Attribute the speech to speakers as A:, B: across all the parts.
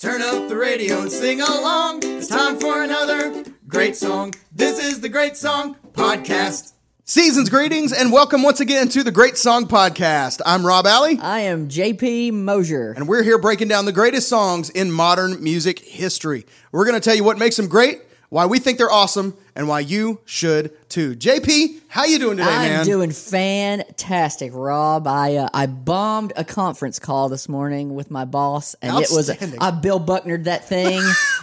A: Turn up the radio and sing along. It's time for another great song. This is the Great Song Podcast. Season's greetings and welcome once again to the Great Song Podcast. I'm Rob Alley,
B: I am JP Mosier.
A: and we're here breaking down the greatest songs in modern music history. We're going to tell you what makes them great, why we think they're awesome, and why you should too. JP, how you doing today,
B: I'm
A: man?
B: doing fantastic, Rob. I uh, I bombed a conference call this morning with my boss, and it was
A: Outstanding.
B: I Bill Bucknered that thing.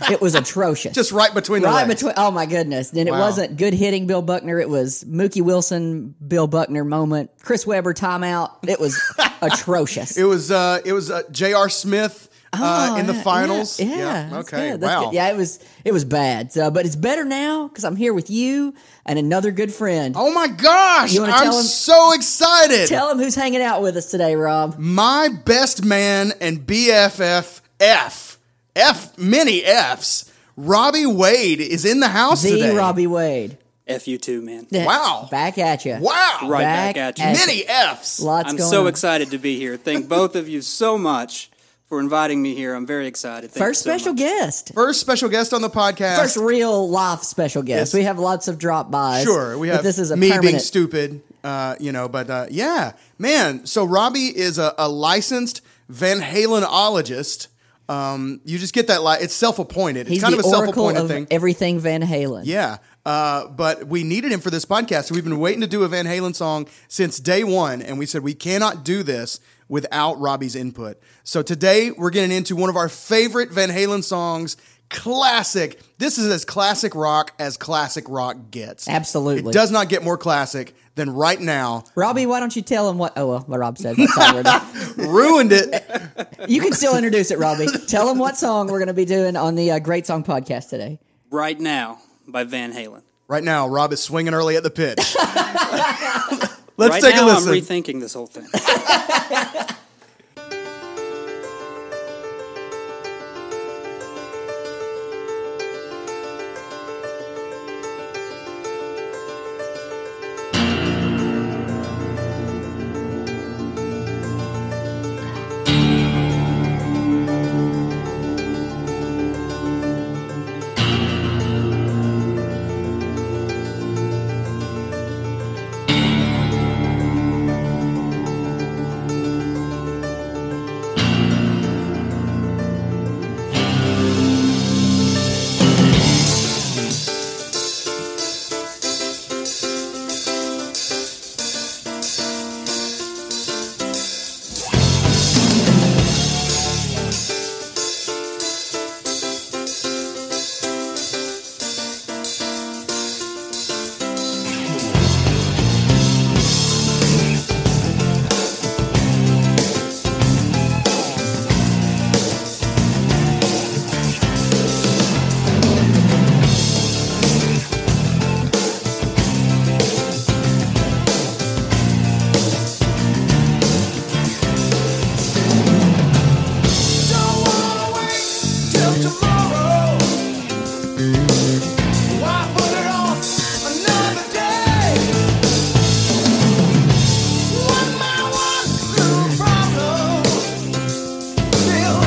B: it was atrocious.
A: Just right between the
B: right
A: legs.
B: between. Oh my goodness! Then it wasn't good hitting Bill Buckner. It was Mookie Wilson, Bill Buckner moment. Chris Webber timeout. It was atrocious.
A: It was uh, it was uh, J.R. Smith uh,
B: Oh,
A: in the
B: yeah,
A: finals.
B: Yeah, yeah, that's
A: Okay.
B: good, that's
A: Wow.
B: good. Yeah, it was it was bad. So, but it's better now because I'm here with you and another good friend.
A: Oh my gosh!
B: You wanna
A: I'm
B: tell him-
A: so excited.
B: Tell him who's hanging out with us today, Rob.
A: my best man and BFF F F many Fs. Robbie Wade is in the house
B: The
A: today.
B: Robbie Wade.
C: F you too, man.
A: Wow.
B: Back at you.
A: Wow.
C: Right
B: Back
C: back, at you.
B: at
A: Many Fs.
B: Lots
C: I'm
B: going
C: so
B: on.
C: excited to be here. Thank both of you so much for inviting me here. I'm very excited. Thank
B: First
C: you so
B: special
C: much.
B: guest.
A: First special guest on the podcast.
B: First real life special
A: Yes.
B: guest. We have lots of drop bys.
A: Sure, we
B: but
A: have
B: this is a
A: me being
B: permanent-
A: stupid, uh, you know. But uh, yeah, man. So Robbie is a, a licensed Van Halenologist. Um, you just get that. Li- it's self-appointed.
B: He's
A: it's kind
B: the
A: of a
B: oracle
A: self-appointed
B: of
A: thing.
B: everything Van Halen.
A: yeah. Uh, but we needed him for this podcast. So we've been waiting to do a Van Halen song since day one, and we said we cannot do this without Robbie's input. So today we're getting into one of our favorite Van Halen songs. Classic. This is as classic rock as classic rock gets.
B: Absolutely.
A: It does not get more classic than right now.
B: Robbie, why don't you tell him what? Oh well, what Rob said. That's all we're doing.
A: Ruined it.
B: you can still introduce it, Robbie. Tell him what song we're going to be doing on the uh, Great Song Podcast today.
C: Right now by Van Halen.
A: Right now, Rob is swinging early at the pitch. Let's
C: right
A: take
C: now,
A: a listen.
C: I'm rethinking this whole thing.
D: Oh,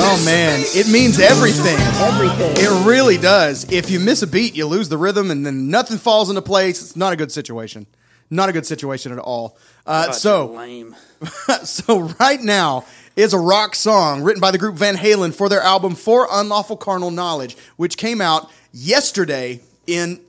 A: Oh man, it means everything.
B: Everything.
A: It really does. If you miss a beat, you lose the rhythm, and then nothing falls into place. It's not a good situation. Not a good situation at all. Uh, so,
C: lame.
A: so right now is a rock song written by the group Van Halen for their album For Unlawful Carnal Knowledge, which came out yesterday in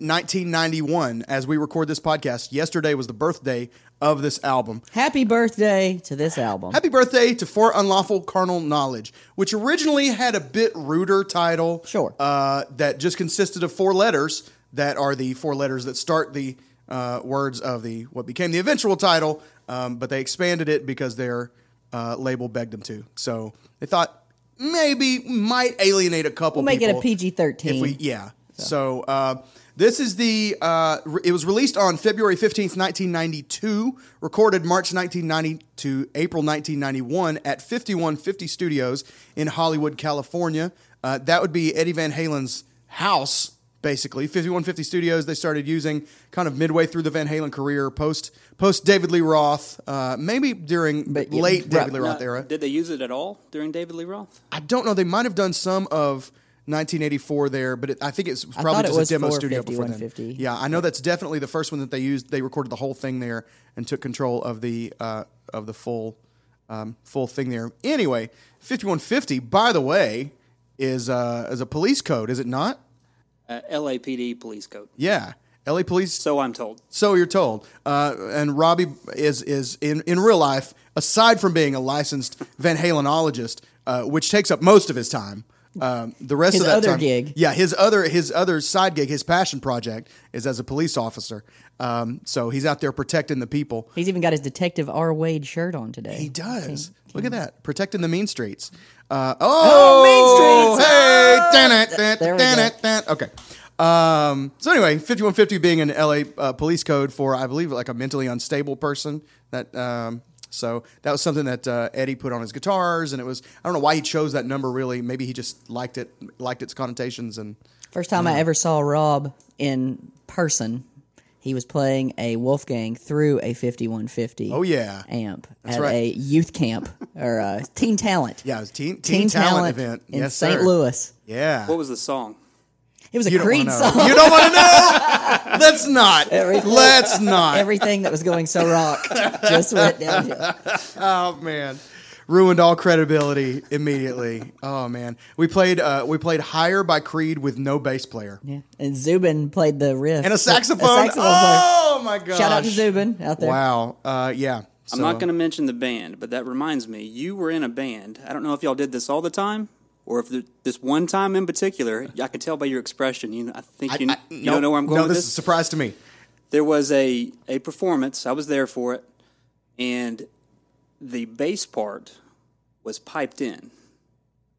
A: 1991. As we record this podcast, yesterday was the birthday of this album.
B: Happy birthday to this album.
A: Happy birthday to For Unlawful Carnal Knowledge, which originally had a bit ruder title.
B: Sure.
A: Uh, that just consisted of four letters that are the four letters that start the uh, words of the what became the eventual title, um, but they expanded it because their uh, label begged them to. So they thought maybe might alienate a couple.
B: We'll make it a
A: people
B: PG
A: if we
B: thirteen.
A: yeah so, uh, this is the uh, re- it was released on february 15th 1992 recorded march 1990 to april 1991 at 5150 studios in hollywood california uh, that would be eddie van halen's house basically 5150 studios they started using kind of midway through the van halen career post post david lee roth uh, maybe during
B: But, yeah,
A: late
B: right.
A: david lee roth era
C: Did they use it at all during David Lee Roth?
A: I don't know. They might have done some of 1984 there, but it, I think it's probably
B: thought it
A: just
B: was
A: a demo
B: for
A: studio before then.
B: 5150.
A: Yeah, I know that's definitely the first one that they used. They recorded the whole thing there and took control of the uh, of the full um, full thing there. Anyway, 5150, by the way, is uh, is a police code, is it not?
C: Uh, LAPD police code.
A: Yeah, LA police.
C: So I'm told.
A: So you're told. Uh, and Robbie is is in, in real life, aside from being a licensed Van Halenologist, uh, which takes up most of his time. Um, the rest
B: His
A: of that
B: other
A: time-
B: gig.
A: yeah, his other his other side gig, his passion project, is as a police officer. Um, so he's out there protecting the people.
B: He's even got his Detective R Wade shirt on today.
A: He does. Look at that, protecting the mean streets. Uh, oh,
B: mean streets! Ah!
A: Hey, dun it, dun it,
B: There we
A: dun
B: go.
A: it, dun- Okay. Um, so anyway, 5150 being an LA uh, police code for, I believe, like a mentally unstable person. That um, so that was something that uh, Eddie put on his guitars, and it was I don't know why he chose that number. Really, maybe he just liked it, liked its connotations, and
B: First time I ever saw Rob in person, he was playing a Wolfgang through a 5150.
A: oh yeah,
B: amp at
A: right.
B: a youth camp or a teen talent.
A: yeah, it was teen, teen,
B: teen,
A: talent,
B: talent,
A: event
B: in
A: yes,
B: St.
A: sir.
B: Louis.
A: Yeah,
C: What was the song?
B: It was a
A: You don't
B: Creed
A: wanna know.
B: song.
A: You don't want to know. Let's not.
B: Everything-
A: Let's not.
B: Everything that was going so rock just went downhill.
A: oh man, ruined all credibility immediately. oh man, we played uh, we played higher by Creed with no bass player
B: Yeah. And Zubin played the riff
A: and a saxophone. oh my god!
B: player. Shout out to Zubin out there.
A: Wow. Uh, yeah.
C: I'm not going to mention the band, but that reminds me, you were in a band. I don't know if y'all did this all the time, or if there, this one time in particular. I could tell by your expression. You, I think you,
A: I-
C: you
A: no,
C: don't know where I'm going
A: No,
C: with
A: this
C: this.
A: is a surprise to me.
C: there was a a performance. I was there for it, and the bass part was piped in.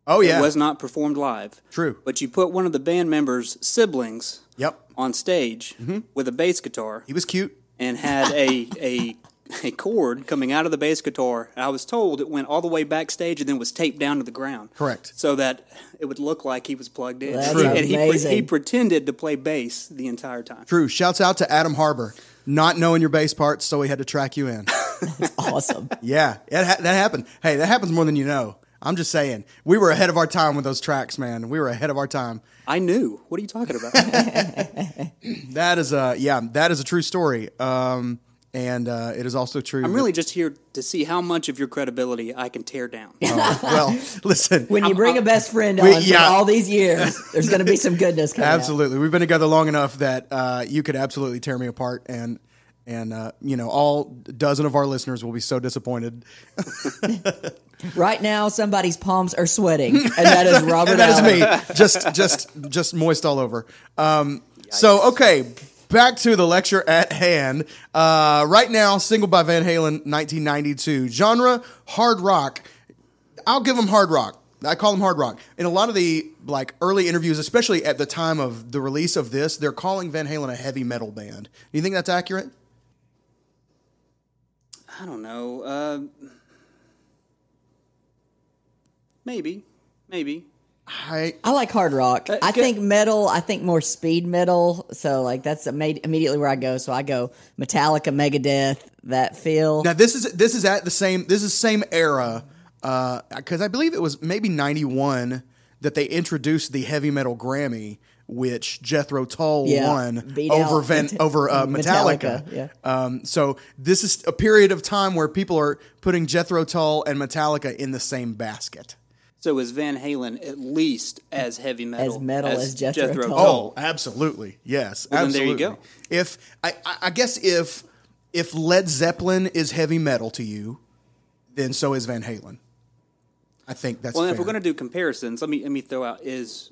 A: Oh yeah.
C: It was not performed live.
A: True.
C: But you put one of the band members' siblings
A: Yep.
C: on stage
A: Mm-hmm.
C: with a bass guitar
A: He was cute.
C: and had a a a cord coming out of the bass guitar. I was told it went all the way backstage and then was taped down to the ground.
A: Correct.
C: So that it would look like he was plugged in.
B: That's
A: True.
C: And he,
B: amazing.
C: he pretended to play bass the entire time.
A: True. Shouts out to Adam Harbor. Not knowing your bass parts, so he had to track you in.
B: It's
A: Oh!
B: awesome.
A: Yeah, it ha- that happened. Hey, that happens more than you know. I'm just saying, we were ahead of our time with those tracks, man. We were ahead of our time.
C: I knew. What are you talking about?
A: That is a yeah, that is a true story. Um, and uh, it is also true.
C: I'm really just here to see how much of your credibility I can tear down.
A: well. Listen,
B: When you bring a best friend on for
A: yeah.
B: all these years, there's going to be some goodness coming out.
A: absolutely, we've been together long enough that uh, you could absolutely tear me apart, and and uh, you know, all dozen of our listeners will be so disappointed.
B: Right now, somebody's palms are sweating, and that is Robert.
A: and that is
B: Allen.
A: me, just just just moist all over. Um, so okay, back to the lecture at hand. Uh, right now, single by Van Halen, 1992, genre hard rock. I'll give them hard rock. I call them hard rock. In a lot of the like early interviews, especially at the time of the release of this, they're calling Van Halen a heavy metal band. Do you think that's accurate?
C: I don't know. Uh, maybe, maybe.
A: I
B: I like hard rock.
A: Uh,
B: I
C: good.
B: think metal. I think more speed metal. So like that's imme- immediately where I go. So I go Metallica, Megadeth, that feel.
A: now this is this is at the same this is same era because I believe it was maybe 91 that they introduced the heavy metal Grammy, which Jethro Tull
B: Yeah,
A: won
B: beat
A: over
B: out
A: Van,
B: Meta-
A: over uh, Metallica.
B: Metallica, yeah.
A: Um, so this is a period of time where people are putting Jethro Tull and Metallica in the same basket.
C: So is Van Halen at least as heavy metal
B: As metal as Jethro Tull.
A: Oh, absolutely. Yes.
C: Well, then there
A: absolutely.
C: you go.
A: If I, I- I guess if if Led Zeppelin is heavy metal to you, then so is Van Halen. I think that's
C: Well,
A: fair.
C: if we're going to do comparisons, let me let me throw out is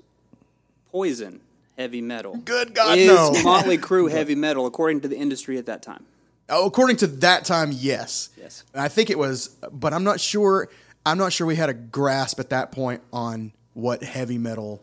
C: Poison heavy metal.
A: Good God,
C: is
A: no.
C: Motley Crue heavy metal according to the industry at that time?
A: Oh, according to that time, yes.
C: Yes.
A: And I think it was, but I'm not sure. I'm not sure we had a grasp at that point on what heavy metal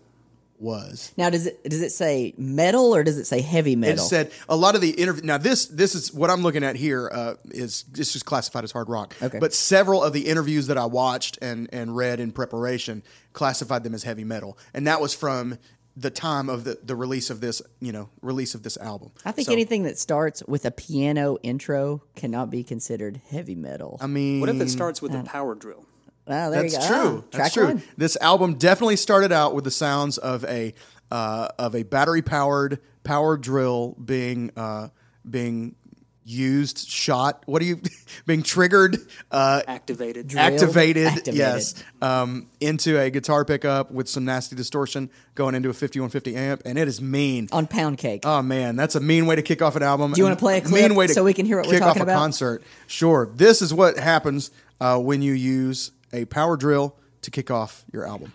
A: was.
B: Now, does it does it say metal or does it say heavy
A: It
B: metal?
A: said a lot of the interview. Now this this is what I'm looking at here uh, is this just classified as hard rock.
B: Okay.
A: But several of the interviews that I watched and and read in preparation classified them as heavy metal, and that was from the time of the, the release of this you know release of this album.
B: I think
A: So,
B: anything that starts with a piano intro cannot be considered heavy metal.
A: I mean,
C: What if
B: Mm,
C: it starts with a power drill?
B: Wow, there
A: That's
B: you go.
A: true.
B: Ah, track
A: That's true.
B: one.
A: This album definitely started out with the sounds of a uh, of a battery powered power drill being uh, being used, shot. What do you being triggeed, uh,
C: Activated.
A: activated,
B: Activated.
A: Yes, um, into a guitar pickup with some nasty distortion going into a fifty one fifty amp, and it is mean.
B: On pound cake.
A: Oh man, that's a mean way to kick off an album. Do
B: you wanna play a clip
A: mean way to
B: so we can hear what we're
A: kick
B: talking
A: off a
B: about?
A: concert? Sure. This is what happens uh, when you use a power drill to kick off your album.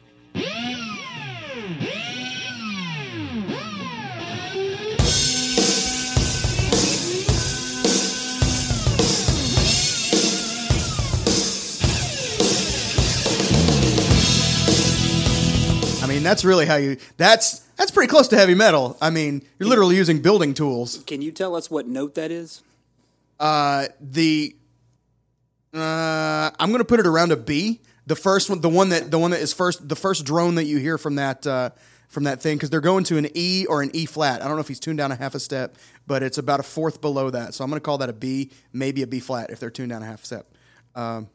A: I mean, that's really how you. That's that's pretty close to heavy metal. I mean, you're literally using building tools.
C: Can you tell us what note that is?
A: Uh, the uh, I'm gonna put it around a B. The first one, the one that the one that is first, the first drone that you hear from that uh, from that thing, because they're going to an E or an E flat. I don't know if he's tuned down a half a step, but it's about a fourth below that. So I'm gonna call that a B, maybe a B flat if they're tuned down a half step, um,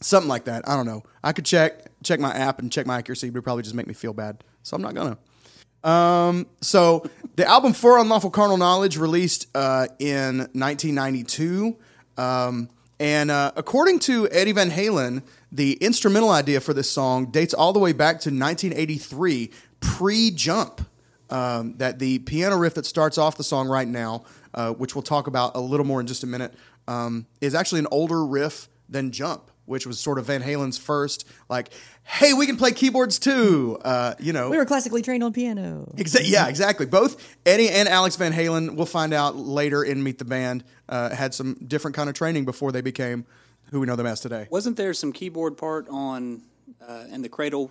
A: something like that. I don't know. I could check check my app and check my accuracy, but it probably just make me feel bad. So I'm not gonna. So the album for Unlawful Carnal Knowledge released uh, in 1992, um, and uh, according to Eddie Van Halen, the instrumental idea for this song dates all the way back to 1983, pre-Jump. Um, that the piano riff that starts off the song right now, uh, which we'll talk about a little more in just a minute, um, is actually an older riff than Jump, which was sort of Van Halen's first, like, hey, we can play keyboards too. Uh, you know,
B: we were classically trained on piano.
A: Exa- yeah, exactly. Both Eddie and Alex Van Halen, we'll find out later in Meet the Band, uh, had some different kind of training before they became who we know them as today.
C: Wasn't there some keyboard part on uh, in the Cradle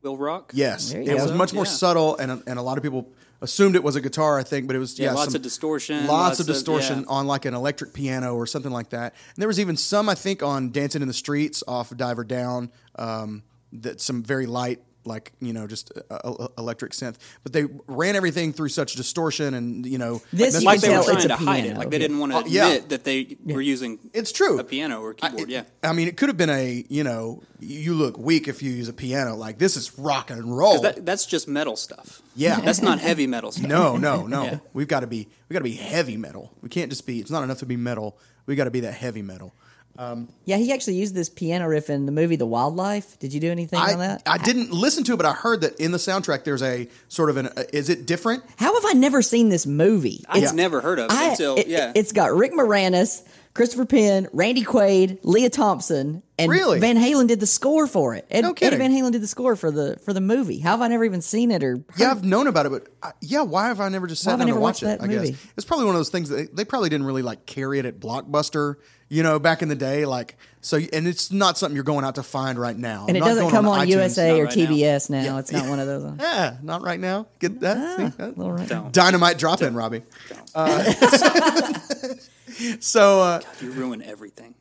C: Will Rock?
A: Yes,
B: There
A: it
B: you go.
A: was much more
C: Yeah.
A: subtle, and and a lot of people assumed it was a guitar. I think, but it was yeah,
C: Yeah, lots
A: some-
C: of distortion,
A: lots,
C: lots
A: of
C: of-
A: distortion
C: yeah.
A: on like an electric piano or something like that. And there was even some, I think, on Dancing in the Streets off of Diver Down. Um, that some very light, like you know, just uh, uh, electric synth. But they ran everything through such distortion, and you know,
B: This
A: that's
B: you
A: why
C: Like
B: can
C: they
A: were
C: were
B: tell it's
C: trying
B: a
C: to hide it.
B: piano,
C: Like they
B: yeah.
C: didn't want to
A: Oh, yeah.
C: admit that they were using
A: It's true.
C: a piano or
A: I-
C: keyboard.
A: it-
C: yeah.
A: I mean, it could have been a you know, you look weak if you use a piano. Like this is rock and roll.
C: That, that's just metal stuff.
A: Yeah.
C: That's not heavy metal stuff.
A: No, no, no.
C: Yeah.
A: We've got to be we got to be heavy metal. We can't just be. It's not enough to be metal. We got to be that heavy metal.
B: Yeah, he actually used this piano riff in the movie The Wildlife. Did you do anything on
A: I,
B: that?
A: I didn't listen to it, but I heard that in the soundtrack there's a sort of an. Uh, is it different?
B: How have I never seen this movie?
C: I've never heard of it
B: I-
C: until
B: it-
C: yeah.
B: It's got Rick Moranis, Christopher Penn, Randy Quaid, Leah Thompson, and
A: Really?
B: Van Halen did the score for it. Ed,
A: No
B: Eddie
A: kidding.
B: Van Halen did the score for the for the movie. How have I never even seen it or
A: Yeah, I've known about it, but I, yeah, why have I never just
B: Why
A: sat
B: have I
A: down to
B: never
A: watch
B: watched
A: it?
B: that
A: I guess
B: movie?
A: it's probably one of those things that they, they probably didn't really like carry it at Blockbuster, you know, back in the day. Like so, and it's not something you're going out to find right now.
B: and it
A: Not
B: doesn't
A: going
B: come on,
A: iTunes.
B: USA
C: Not
B: or
C: right now.
B: TBS now. It's not one of those. on-
A: Yeah, not right now. Get that? See? That-
B: Little Ren-
C: Don't.
A: Dynamite drop in, Robbie. Uh, so, uh,
C: You ruin everything.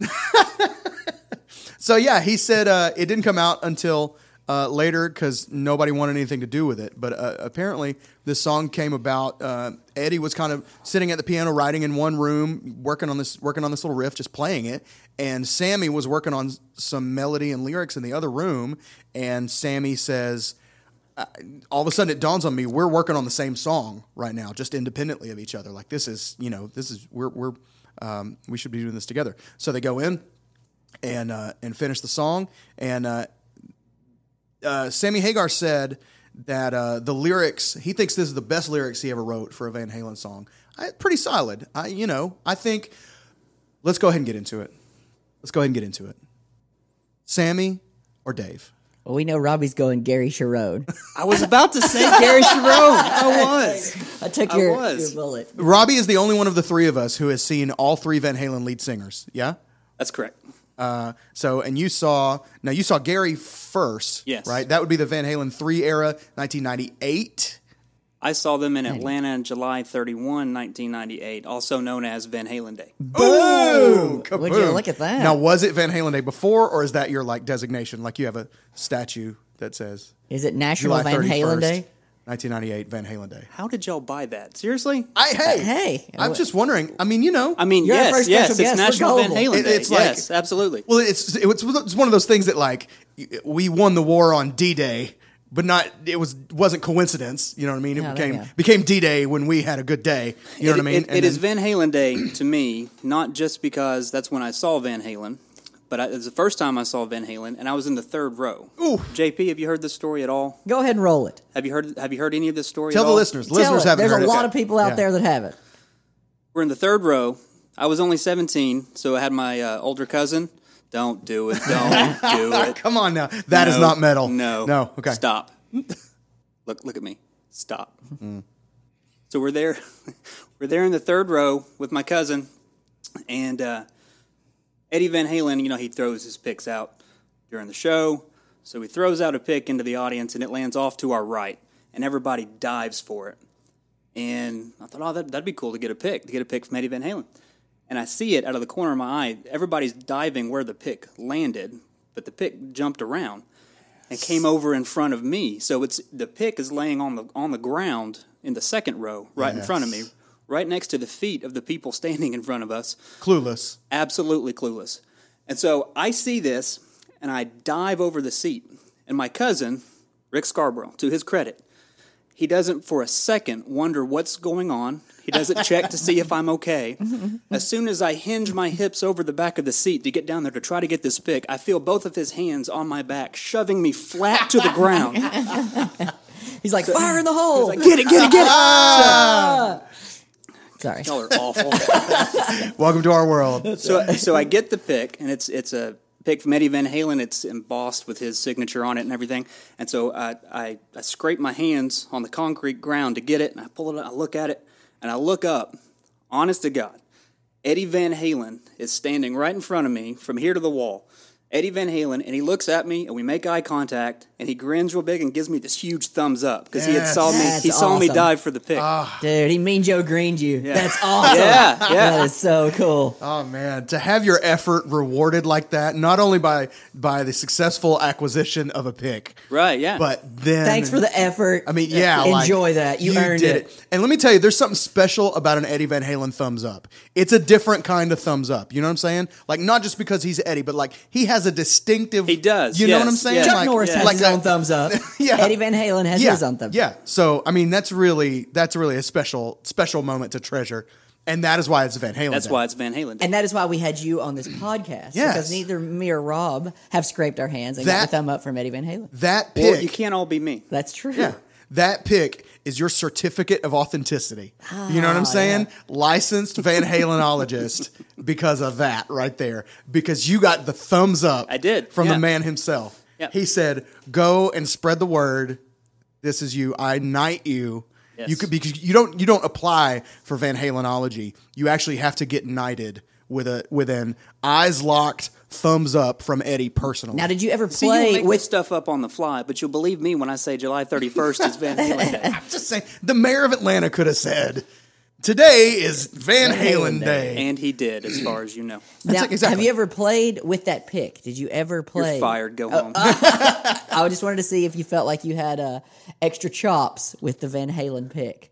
A: so yeah, he said uh, it didn't come out until uh, later because nobody wanted anything to do with it. But uh, apparently, this song came about. Uh, Eddie was kind of sitting at the piano, writing in one room, working on this working on this little riff, just playing it. And Sammy was working on s- some melody and lyrics in the other room. And Sammy says, all of a sudden it dawns on me we're working on the same song right now just independently of each other like this is you know this is we're we're um, we should be doing this together so they go in and uh, and finish the song and uh, uh, Sammy Hagar said that uh, the lyrics he thinks this is the best lyrics he ever wrote for a Van Halen song I, pretty solid I you know I think let's go ahead and get into it let's go ahead and get into it Sammy or Dave
B: Well, we know Robbie's going Gary Sherrod.
C: I was about to say Gary Sharon. I was.
B: I took your,
C: was.
B: your bullet.
A: Robbie is the only one of the three of us who has seen all three Van Halen lead singers. Yeah.
C: That's correct.
A: So, and you saw now you saw Gary first.
C: Yes.
A: Right. That would be the Van Halen three era, 1998.
C: I saw them in Atlanta on July 31, 1998, also known as Van Halen Day.
A: Boom!
B: Would you
A: Kaboom.
B: look at that?
A: Now, was it Van Halen Day before, or is that your like designation? Like you have a statue that says
B: Is it National
A: July
B: Van
A: 31st,
B: Halen Day?
A: 1998 Van Halen Day.
C: How did y'all buy that? Seriously?
A: I hey
B: Uh, Hey.
A: I'm just wondering. I mean, you know,
C: I mean,
B: You're our
C: yes,
B: first
C: yes,
B: special
C: it's
B: guest. We're
C: National Van
B: gullible.
C: Halen
A: It-
C: Day.
A: it's like-
C: yes, absolutely.
A: Well, it's it was it's one of those things that like we won the war on D Day, but not it was wasn't coincidence. You know what I mean? It
B: Yeah,
A: became
B: yeah.
A: became D Day when we had a good day. You know what I mean?
C: It- it- it
A: And
C: is
A: then-
C: Van Halen Day to me, not just because that's when I saw Van Halen, but I, it was the first time I saw Van Halen, and I was in the third row.
A: Ooh.
C: JP, have you heard this story at all?
B: Go ahead and roll it.
C: Have you heard Have you heard any of this story?
A: tell
C: at
A: the
C: all?
A: listeners.
B: Tell
A: listeners
B: it.
A: haven't
B: There's
A: heard
B: a
A: it.
B: lot of people out
A: Yeah.
B: there that have it.
C: We're in the third row. I was only 17, so I had my uh, older cousin. Don't do it. Don't do it.
A: Come on now, that is
C: No.
A: not metal.
C: No.
A: no. Okay.
C: Stop. look look at me. Stop. So we're there we're there in the third row with my cousin and uh, Eddie Van Halen, you know, he throws his picks out during the show. So he throws out a pick into the audience and it lands off to our right and everybody dives for it. And I thought, oh, that, that'd be cool to get a pick, to get a pick from Eddie Van Halen. And I see it out of the corner of my eye. Everybody's diving where the pick landed, but the pick jumped around and came over in front of me. So it's the pick is laying on the on the ground in the second row, right in front of me, right next to the feet of the people standing in front of us
A: Clueless.
C: absolutely clueless. And so I see this and I dive over the seat. And my cousin, Rick Scarborough, to his credit, he doesn't for a second wonder what's going on. He doesn't check to see if I'm okay. As soon as I hinge my hips over the back of the seat to get down there to try to get this pick, I feel both of his hands on my back, shoving me flat to the ground. He's
B: He's like, fire in the hole.
C: like, get it, get it, get it. Ah.
B: Sorry.
C: Y'all are awful.
A: Welcome to our world.
C: So, so I get the pick, and it's it's a pick from Eddie Van Halen. It's embossed with his signature on it and everything. And so I, I, I scrape my hands on the concrete ground to get it, and I pull it. out, I look at it, and I look up. Honest to God, Eddie Van Halen is standing right in front of me from here to the wall. Eddie Van Halen, and he looks at me, and we make eye contact, and he grins real big and gives me this huge thumbs up because he had
A: Yes.
C: saw me.
B: That's
C: he saw me
B: awesome. Ah,
C: dive for the pick.
B: Dude, he mean Joe greened you. That's awesome.
C: Yeah, yeah.
B: That is so cool.
A: Oh man, to have your effort rewarded like that, not only by by the successful acquisition of a pick,
C: Right, yeah.
A: but then
B: Thanks for the effort.
A: I mean, yeah, like,
B: Enjoy that. You, earned
A: did
B: it.
A: And let me tell you, there's something special about an Eddie Van Halen thumbs up. It's a different kind of thumbs up. You know what I'm saying? Like not just because he's Eddie, but like he has a distinctive.
C: He does,
A: You know what I'm
C: yes,
A: saying?
C: yes.
B: Chuck
A: Like-
B: Norris has
A: like
B: his
A: that-
B: own thumbs up.
A: Yeah.
B: Eddie Van Halen has
A: yeah,
B: his own thumbs up.
A: Yeah. So I mean, that's really that's really a special special moment to treasure, and that is why it's Van Halen.
C: That's
A: Day.
C: why it's Van Halen.
B: And that is why we had you on this podcast.
A: Yes.
B: Because neither me or Rob have scraped our hands and got
A: That-
B: a thumb up from Eddie Van Halen.
A: that pick.
C: Well, you can't all be me.
B: That's true.
A: Yeah. That pick is your certificate of authenticity. you know what I'm saying? Licensed Van Halenologist because of that right there. Because you got the thumbs up.
C: I did,
A: From the
C: yeah.
A: man himself.
C: Yeah.
A: He said, "Go and spread the word. This is you. I knight you."
C: Yes.
A: You could because you don't you don't apply for Van Halenology. You actually have to get knighted with a with an eyes locked thumbs up from Eddie personally.
B: Now, did you ever
C: See, you
B: play
C: make
B: with
C: this stuff up on the fly, but you'll believe me when I say July 31st is Van Halen Day.
A: just saying the mayor of Atlanta could have said, Today is Van Halen Day.
C: And he did, as far as you know.
B: Now,
A: like- exactly.
B: Have you ever played with that pick? Did you ever play?
C: You're fired. Go home.
B: I just wanted to see if you felt like you had uh, extra chops with the Van Halen pick.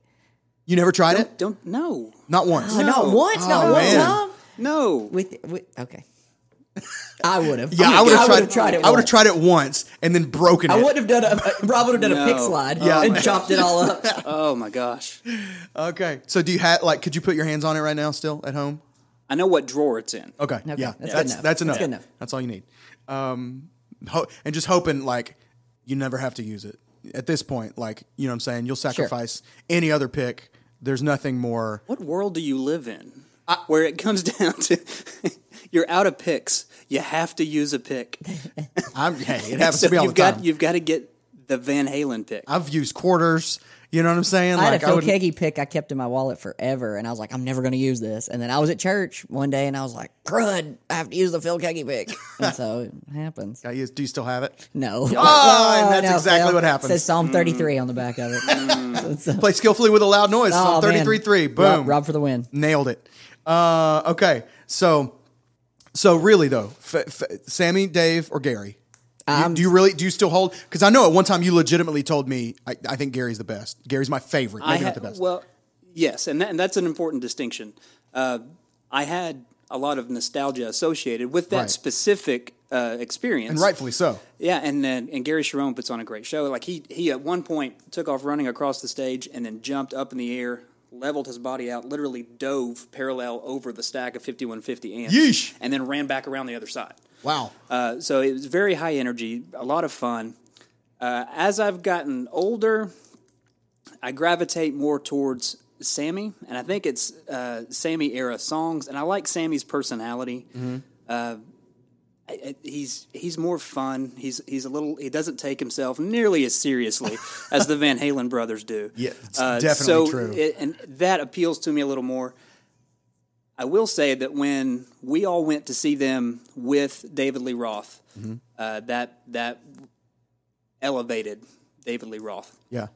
A: You never tried it?
C: Don't no,
A: Not once.
B: Oh, not once, not
A: Oh,
B: one
A: man.
B: time.
C: no.
B: With, with okay, I would have. Oh
A: Yeah, I would have tried,
B: it.
A: I would have
B: once.
A: tried it once and then broken it.
B: I wouldn't have done a. uh, Rob would have done a pick
C: No.
B: slide
A: Yeah.
B: and chopped it all up.
C: Oh my gosh.
A: Okay. So do you have like? Could you put your hands on it right now? Still at home?
C: I know what drawer it's in.
A: Okay. yeah.
B: that's good
A: That's
B: enough.
A: that's
B: That's
A: enough.
B: good enough.
A: That's all you need. Um, ho- and just hoping like you never have to use it at this point. Like you know what I'm saying? You'll sacrifice any other pick. There's nothing more.
C: What world do you live in? Where it comes down to you're out of picks. You have to use a pick.
A: I'm, hey, it happens
C: So
A: to me all
C: you've
A: the
C: got
A: time.
C: you've got to get the Van Halen pick.
A: I've used quarters. You know what I'm saying?
B: I had a Phil
A: would-
B: Keggy pick I kept in my wallet forever, and I was like, I'm never going to use this. And then I was at church one day, and I was like, crud, I have to use the Phil Keggy pick. and so it happens.
A: I use- do you still have it?
B: No. Oh,
A: and that's exactly what happens. Mm.
B: It says Psalm 33 on the back of it. It's, uh,
A: Play skillfully with a loud noise.
B: oh,
A: Psalm
B: man.
A: 33.3. Boom.
B: Rob, Rob for the win.
A: Nailed it. Uh, okay, so so really though, f- f- Sammy, Dave, or Gary, Do
B: Um,
A: you- do you really do you still hold? Because I know at one time you legitimately told me I, I think Gary's the best. Gary's my favorite. Maybe
C: ha-
A: not the best.
C: Well, yes, and, that, and that's an important distinction. Uh, I had a lot of nostalgia associated with that
A: Right.
C: specific uh, experience,
A: and rightfully so.
C: Yeah, and then and Gary Sharon puts on a great show. Like he he at one point took off running across the stage and then jumped up in the air, leveled his body out, literally dove parallel over the stack of fifty one fifty amps,
A: Yeesh.
C: and then ran back around the other side.
A: Wow.
C: Uh, so it was very high energy, a lot of fun. Uh, as I've gotten older, I gravitate more towards Sammy, and I think it's uh, Sammy era songs, and I like Sammy's personality.
A: Mm-hmm.
C: Uh, I- I- he's he's more fun. He's he's a little. He doesn't take himself nearly as seriously as the Van Halen brothers do. Uh,
A: Yeah, it's definitely
C: so
A: true.
C: it- and that appeals to me a little more. I will say that when we all went to see them with David Lee Roth,
A: Mm-hmm.
C: uh, that that elevated David Lee Roth
A: yeah.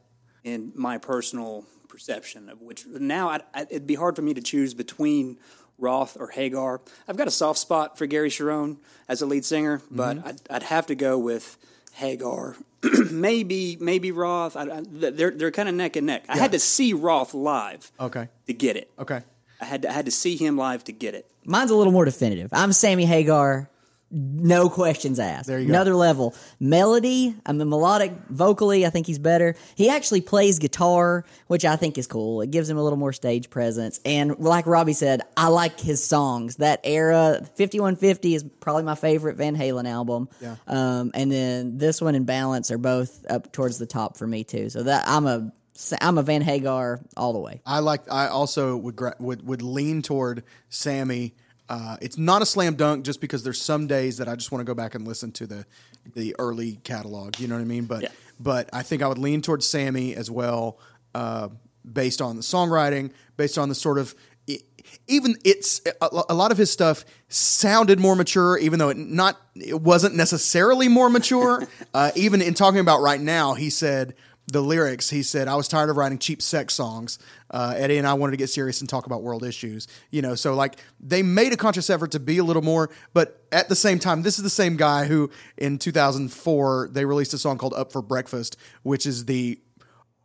C: in my personal perception of which now I, I, it'd be hard for me to choose between Roth or Hagar. I've got a soft spot for Gary Sharon as a lead singer,
A: Mm-hmm.
C: but I'd, I'd have to go with Hagar. maybe maybe Roth. I, I, they're they're kind of neck and neck. I had to see Roth live
A: Okay.
C: to get it.
A: Okay.
C: I had to, I had to see him live to get it.
B: Mine's a little more definitive. I'm Sammy Hagar. No questions asked. There
A: you go.
B: Another level. Melody, I'm a melodic vocally. I think he's better. He actually plays guitar, which I think is cool. It gives him a little more stage presence. And like Robbie said, I like his songs. That era, 5150 is probably my favorite Van Halen album. Yeah. Um, and then this one and Balance are both up towards the top for me too. So that I'm a I'm a Van Hagar all the way.
A: I like. I also would gra- would would lean toward Sammy. Uh, it's not a slam dunk just because there's some days that I just want to go back and listen to the the early catalog. You know what I mean? But
C: Yeah.
A: but I think I would lean towards Sammy as well, uh, based on the songwriting, based on the sort of e- even it's a a lot of his stuff sounded more mature, even though it not it wasn't necessarily more mature. uh, even in talking about right now, he said the lyrics. He said, "I was tired of writing cheap sex songs. Uh, Eddie and I wanted to get serious and talk about world issues." You know, so like they made a conscious effort to be a little more, but at the same time, this is the same guy who in 2004 they released a song called "Up for Breakfast," which is the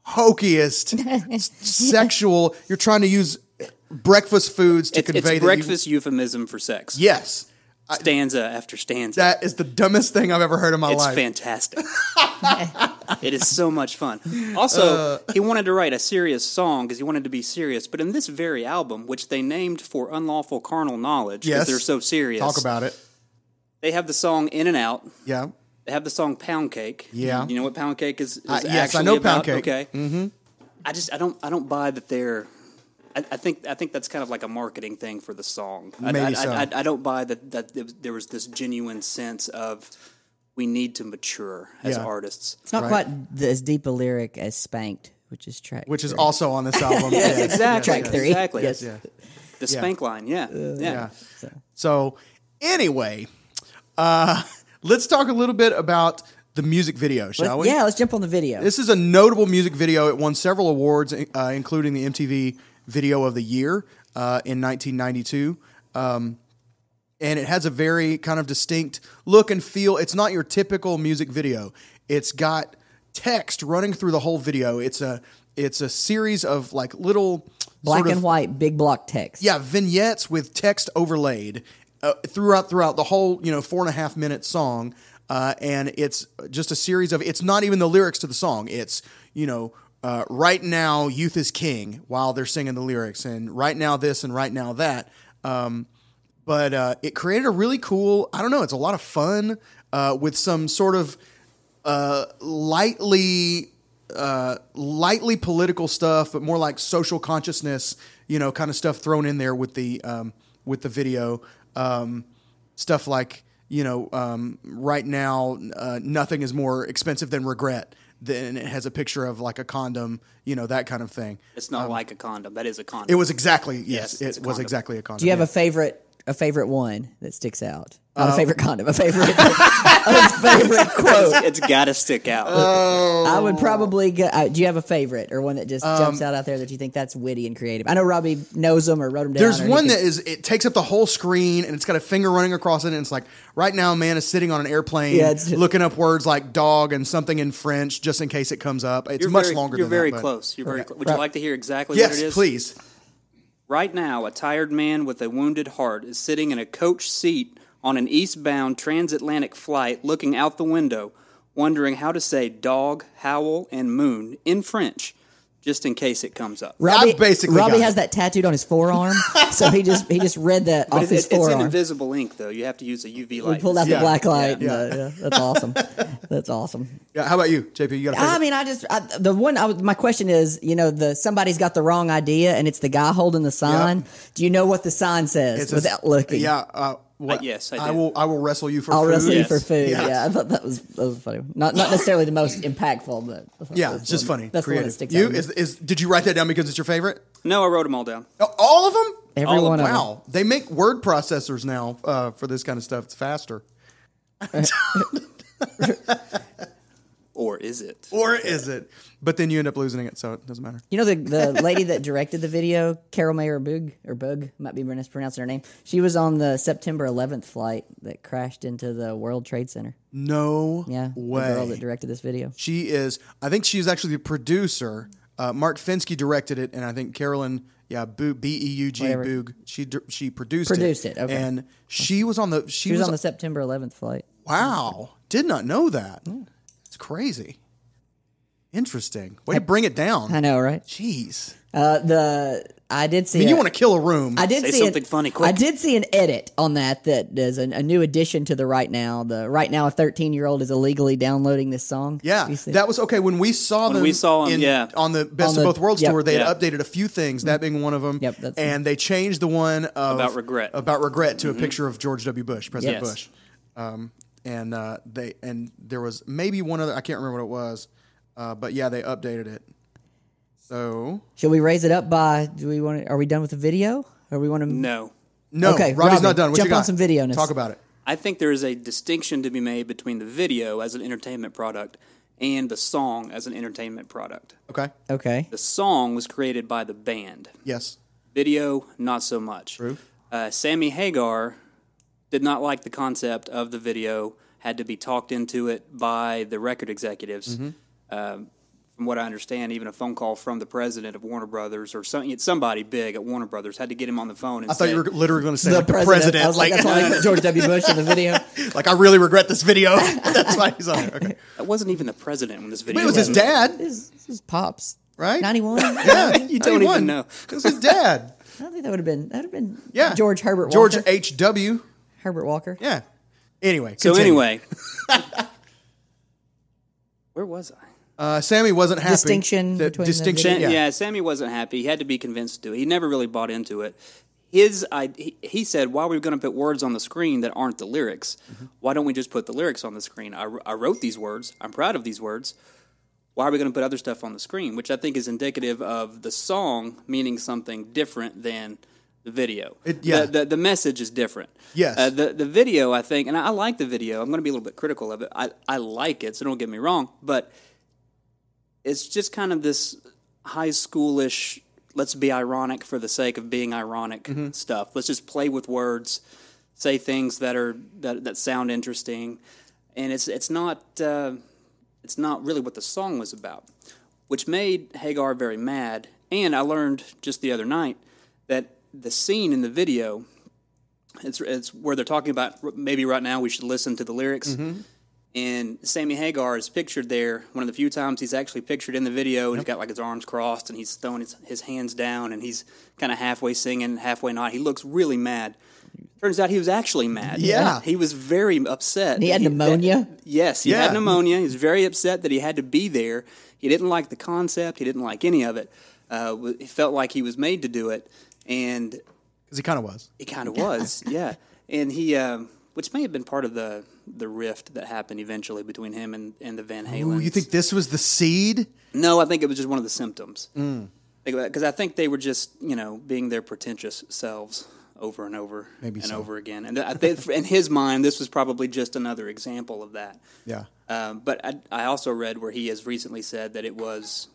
A: hokiest s- sexual. You're trying to use breakfast foods to
C: It's,
A: convey
C: it's
A: that you-
C: breakfast euphemism for sex.
A: yes,
C: Stanza after stanza.
A: that is the dumbest thing I've ever heard in my
C: It's
A: life.
C: fantastic. it is so much fun.
A: Uh,
C: Also, he wanted to write a serious song because he wanted to be serious. But in this very album, which they named for unlawful carnal knowledge because
A: Yes.
C: they're so serious,
A: Talk about it.
C: They have the song "In and Out."
A: Yeah.
C: They have the song "Pound Cake."
A: Yeah.
C: you know what "Pound Cake" is? is
A: I- yes, I
C: actually
A: know
C: about?
A: Pound Cake.
C: Okay. Mm-hmm. I just I don't I don't buy that they're. I, I think I think that's kind of like a marketing thing for the song. I-
A: Maybe
C: I, I,
A: so.
C: I, I don't buy that that there was- there was this genuine sense of we need to mature as
A: Yeah.
C: artists.
B: It's not quite th- as deep a lyric as Spanked, which is track.
A: Which is
B: three.
A: also on this album. yes,
C: Exactly.
B: Track three.
C: Exactly.
B: Yes.
C: The spank line.
A: Uh,
C: Yeah. yeah.
A: So, anyway, uh, let's talk a little bit about the music video, shall we?
B: Yeah, let's jump on the video.
A: This is a notable music video. It won several awards, uh, including the MTV Video of the Year uh, in 1992. Um, and it has a very kind of distinct look and feel. It's not your typical music video. It's got text running through the whole video. It's a it's a series of like little
B: Black
A: sort of-
B: and white, big block text.
A: yeah, vignettes with text overlaid uh, throughout throughout the whole you know four and a half minute song, uh, and it's just a series of. It's not even the lyrics to the song. It's you know. Uh, right now, youth is king. While they're singing the lyrics, and right now this, and right now that. Um, but uh, it created a really cool. I don't know. It's a lot of fun uh, with some sort of uh, lightly uh, lightly political stuff, but more like social consciousness, you know, kind of stuff thrown in there with the um, with the video um, stuff like you know um, right now uh, nothing is more expensive than regret. Then it has a picture of like a condom, you know, that kind of thing.
C: It's not like a condom. That is a condom.
A: Um, It was exactly yes,
C: Yes, it's a
A: it was
C: condom.
A: exactly a condom.
B: Do you have a favorite a favorite one that sticks out? Not
A: Um,
B: a favorite condom, a favorite a favorite quote.
C: it's got to stick out.
A: Uh,
B: I
A: Oh.
B: would probably go. Uh, do you have a favorite or one that
A: Um,
B: just jumps out out there that you think that's witty and creative? I know Robbie knows them or wrote them down.
A: There's
B: or
A: one
B: he
A: that
B: can-
A: is it takes up the whole screen and it's got a finger running across it and it's like right now a man is sitting on an airplane
B: Yeah, it's-
A: looking up words like dog and something in French just in case it comes up. It's
C: you're
A: much
C: very,
A: longer
C: You're
A: than
C: very
A: that, but-
C: close. You're very.
A: Okay.
C: Cl- would
A: Right.
C: you like to hear exactly what it
A: Yes,
C: is?
A: please.
C: Right now, a tired man with a wounded heart is sitting in a coach seat on an eastbound transatlantic flight looking out the window, wondering how to say dog, howl, and moon in French, just in case it comes up.
A: I basically
B: Robbie
A: got
B: has
A: it.
B: that tattooed on his forearm, so he just he just read that
C: But
B: off
C: it-
B: his
C: it- it's an
B: forearm.
C: invisible ink, though. You have to use a UV
B: we
C: light.
B: pulled out
A: Yeah.
B: the black light.
A: Yeah.
B: and, uh, yeah, that's awesome. that's awesome.
A: Yeah, how about you, JP? You got a favorite?
B: I mean, I just I, the one. I, was- my question is, you know, the somebody's got the wrong idea, and it's the guy holding the sign. Do you know what the sign says
A: It's a-
B: without looking?
A: Yeah, uh, what,
C: yes, I did.
A: will I will wrestle you for
B: I'll
A: food.
B: wrestle you
C: Yes.
B: for food.
A: Yeah.
B: Yeah, I thought that was that was funny. Not not necessarily the most impactful, but I thought
A: Yeah,
B: that was
A: it's just
B: one-
A: funny.
B: That's the one that
A: Creative.
B: sticks
A: you
B: out.
A: is, is did you write that down because it's your favorite?
C: No, I wrote them all down.
A: Oh, All of them?
B: Every
A: All
B: one of them.
A: Wow. They make word processors now uh, for this kind of stuff. It's faster.
C: Or is it?
A: Or is it? But then you end up losing it, so it doesn't matter.
B: You know the the lady that directed the video, Carol Mayer Bug or Bug might be mispronouncing her name. She was on the September 11th flight that crashed into the World Trade Center.
A: No
B: Yeah,
A: way.
B: the girl that directed this video.
A: She is. I think she's actually the producer. Uh, Mark Fensky directed it, and I think Carolyn, yeah, Boog, B E U G
B: Whatever.
A: Boog. She di- she produced
B: Produced it, okay.
A: and she was on the she,
B: She
A: was,
B: was on the September 11th flight.
A: wow. Did not know that.
B: Hmm.
A: It's crazy. Interesting. Way to bring it down.
B: I know, right?
A: Jeez.
B: Uh, the I did see.
A: And you
B: a-
A: want to kill a room?
B: I did
C: Say
B: see
C: something
B: an,
C: funny, quick.
B: I did see an edit on that that is a, a new addition to the right now. The right now a 13 year old is illegally downloading this song.
A: Yeah,
B: You see-
A: that was okay when we saw
C: When
A: them.
C: we saw 'em,
A: in-
C: yeah.
A: on the Best of
B: On the-
A: Both Worlds
B: yep. Mm-hmm.
A: tour, they
C: Yeah.
A: had updated a few things, that being one of them.
B: Yep, that's-
A: and they changed the one of,
C: About regret. Mm-hmm.
A: about regret to a picture of George W. Bush, President
C: Yes.
A: Bush. Um, and uh, they and there was maybe one other I can't remember what it was, uh, but yeah, they updated it. So
B: Should we raise it up by? Do we want? To, are we done with the video? Or we want to?
C: No.
A: no,
B: Okay,
A: Robbie's
B: Robbie,
A: not done. What
B: jump
A: you got?
B: on some video now.
A: Talk about it.
C: I think there is a distinction to be made between the video as an entertainment product and the song as an entertainment product.
A: Okay.
B: Okay.
C: The song was created by the band.
A: Yes.
C: Video, not so much. True. Uh, Sammy Hagar did not like the concept of the video, had to be talked into it by the record executives.
A: Mm-hmm.
C: Um, from what I understand, even a phone call from the president of Warner Brothers or some, somebody big at Warner Brothers had to get him on the phone and
A: I thought
C: say,
A: you were literally going to say like, the president,
B: I was like,
A: like,
B: that's why they put George W. Bush in the video.
A: like, I really regret this video. That's why he's on there. Okay.
C: That wasn't even the president when this
A: I
C: video
A: mean, it was his dad,
B: This, this is pops,
A: right?
B: Ninety one.
A: Yeah,
B: I
A: you
C: don't even know.
A: It was his dad.
B: don't think that would have been. That would have been.
A: Yeah,
B: George Herbert.
A: George
B: Walker.
A: H. W.
B: Herbert Walker.
A: Yeah. Anyway.
C: So
A: continue.
C: anyway, where was I?
A: uh, Sammy wasn't happy.
B: Distinction between the
A: distinction.
C: Sam,
A: yeah.
C: yeah. Sammy wasn't happy. He had to be convinced to do it. He never really bought into it. His, I, he, he said, "Why are we going to put words on the screen that aren't the lyrics?
A: Mm-hmm.
C: Why don't we just put the lyrics on the screen? I, wr- I wrote these words. I'm proud of these words. Why are we going to put other stuff on the screen?" Which I think is indicative of the song meaning something different than the video.
A: It- yeah.
C: The- the, the message is different.
A: Yes.
C: Uh, the the video, I think, and I, I like the video. I'm going to be a little bit critical of it. I I like it, so don't get me wrong. But it's just kind of this high schoolish let's be ironic for the sake of being ironic stuff. Let's just play with words, say things that are that, that sound interesting, and it's it's not uh, it's not really what the song was about, which made Hagar very mad. And I learned just the other night that the scene in the video it's it's where they're talking about maybe right now we should listen to the lyrics. And Sammy Hagar is pictured there. One of the few times he's actually pictured in the video, and he's got like his arms crossed and he's throwing his, his hands down and he's kind of halfway singing, halfway not. He looks really mad. Turns out he was actually mad.
A: Yeah.
C: he was very upset.
B: He had
C: that
B: pneumonia?
C: that- yes, he
A: Yeah.
C: had pneumonia. He was very upset that he had to be there. He didn't like the concept. He didn't like any of it. Uh, he felt like he was made to do it, and
A: because he kind of was.
C: it kind of was, yeah. And he, um, which may have been part of the the rift that happened eventually between him and, and the Van Halen.
A: Ooh, you think this was the seed?
C: No, I think it was just one of the symptoms.
A: Mm.
C: Because I think they were just you know being their pretentious selves over and over
A: Maybe
C: and
A: so.
C: over again. And uh, I think in his mind, this was probably just another example of that.
A: Yeah.
C: Um, but I, I also read where he has recently said that it was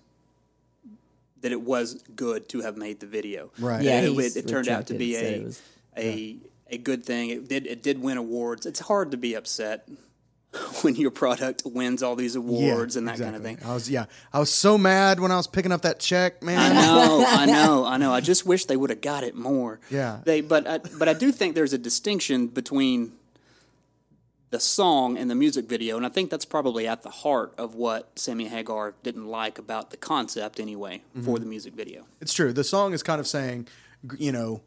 C: that it was good to have made the video.
A: Right.
B: Yeah,
C: It,
B: he's
C: it, it turned out to
B: retracted,
C: be
B: said
C: a
B: it was-
C: a a good thing. It did it did win awards. It's hard to be upset when your product wins all these awards and that kind of thing.
A: I was yeah. I was so mad when I was picking up that check,
C: I
A: man.
C: know, I know, I know. I just wish they would have got it more.
A: Yeah.
C: They, but I, but I do think there's a distinction between the song and the music video, and I think that's probably at the heart of what Sammy Hagar didn't like about the concept anyway
A: Mm-hmm.
C: for the music video.
A: It's true. The song is kind of saying, g- you know,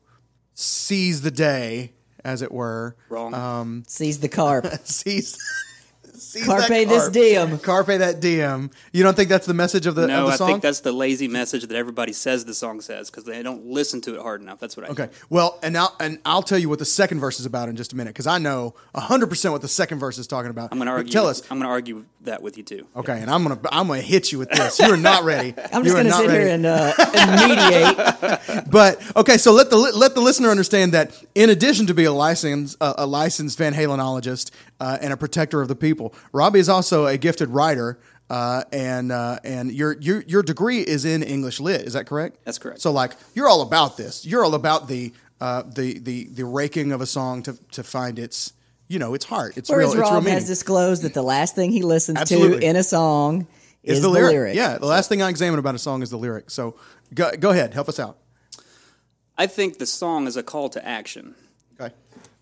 A: seize the day, as it were.
C: Wrong.
B: Seize the carp.
A: Seize. seize
B: Carpe
A: that
B: this
A: carp.
B: diem.
A: Carpe that diem. You don't think that's the message of the, of
C: no,
A: the
C: I
A: song?
C: think that's the lazy message that everybody says the song says because they don't listen to it hard enough. That's what I
A: Okay. Well, and I'll, and I'll tell you what the second verse is about in just a minute because I know 100% what the second verse is talking about.
C: I'm going to argue.
A: Tell us. Oh.
C: I'm going to argue that with you too.
A: Okay, and I'm gonna I'm gonna hit you with this. You are not ready.
B: I'm just
A: You are
B: going to
A: not
B: sit
A: ready.
B: here and, uh, and mediate.
A: But okay, so let the li- let the listener understand that in addition to be a licensed uh, a licensed Van Halenologist uh, and a protector of the people, Robbie is also a gifted writer. Uh, and uh, and your your your degree is in English lit. Is that correct?
C: That's correct.
A: So like you're all about this. You're all about the uh, the the the raking of a song to to find its you know its heart. It's
B: Whereas
A: real. It's real
B: Rob
A: meaning.
B: has disclosed that the last thing he listens
A: Absolutely.
B: to in a song is, the, lyric.
A: Yeah, the last thing I examine about a song is the lyric. So go, go ahead, help us out.
C: I think the song is a call to action.
A: Okay.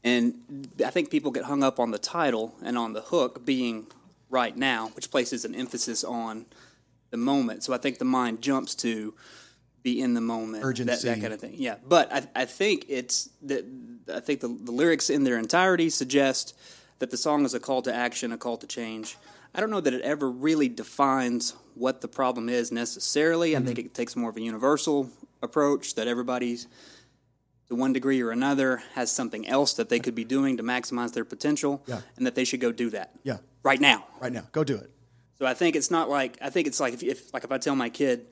C: And I think people get hung up on the title and on the hook being right now, which places an emphasis on the moment. So I think the mind jumps to be in the moment, that,
A: Urgency.
C: that kind of thing. Yeah, but I, I think it's that I think the, the lyrics in their entirety suggest that the song is a call to action, a call to change. I don't know that it ever really defines what the problem is necessarily. I think it takes more of a universal approach that everybody's to one degree or another has something else that they could be doing to maximize their potential
A: Yeah.
C: and that they should go do that
A: Yeah.
C: right now
A: Right now, go do it.
C: so i think it's not like i think it's like if, if like if i tell my kid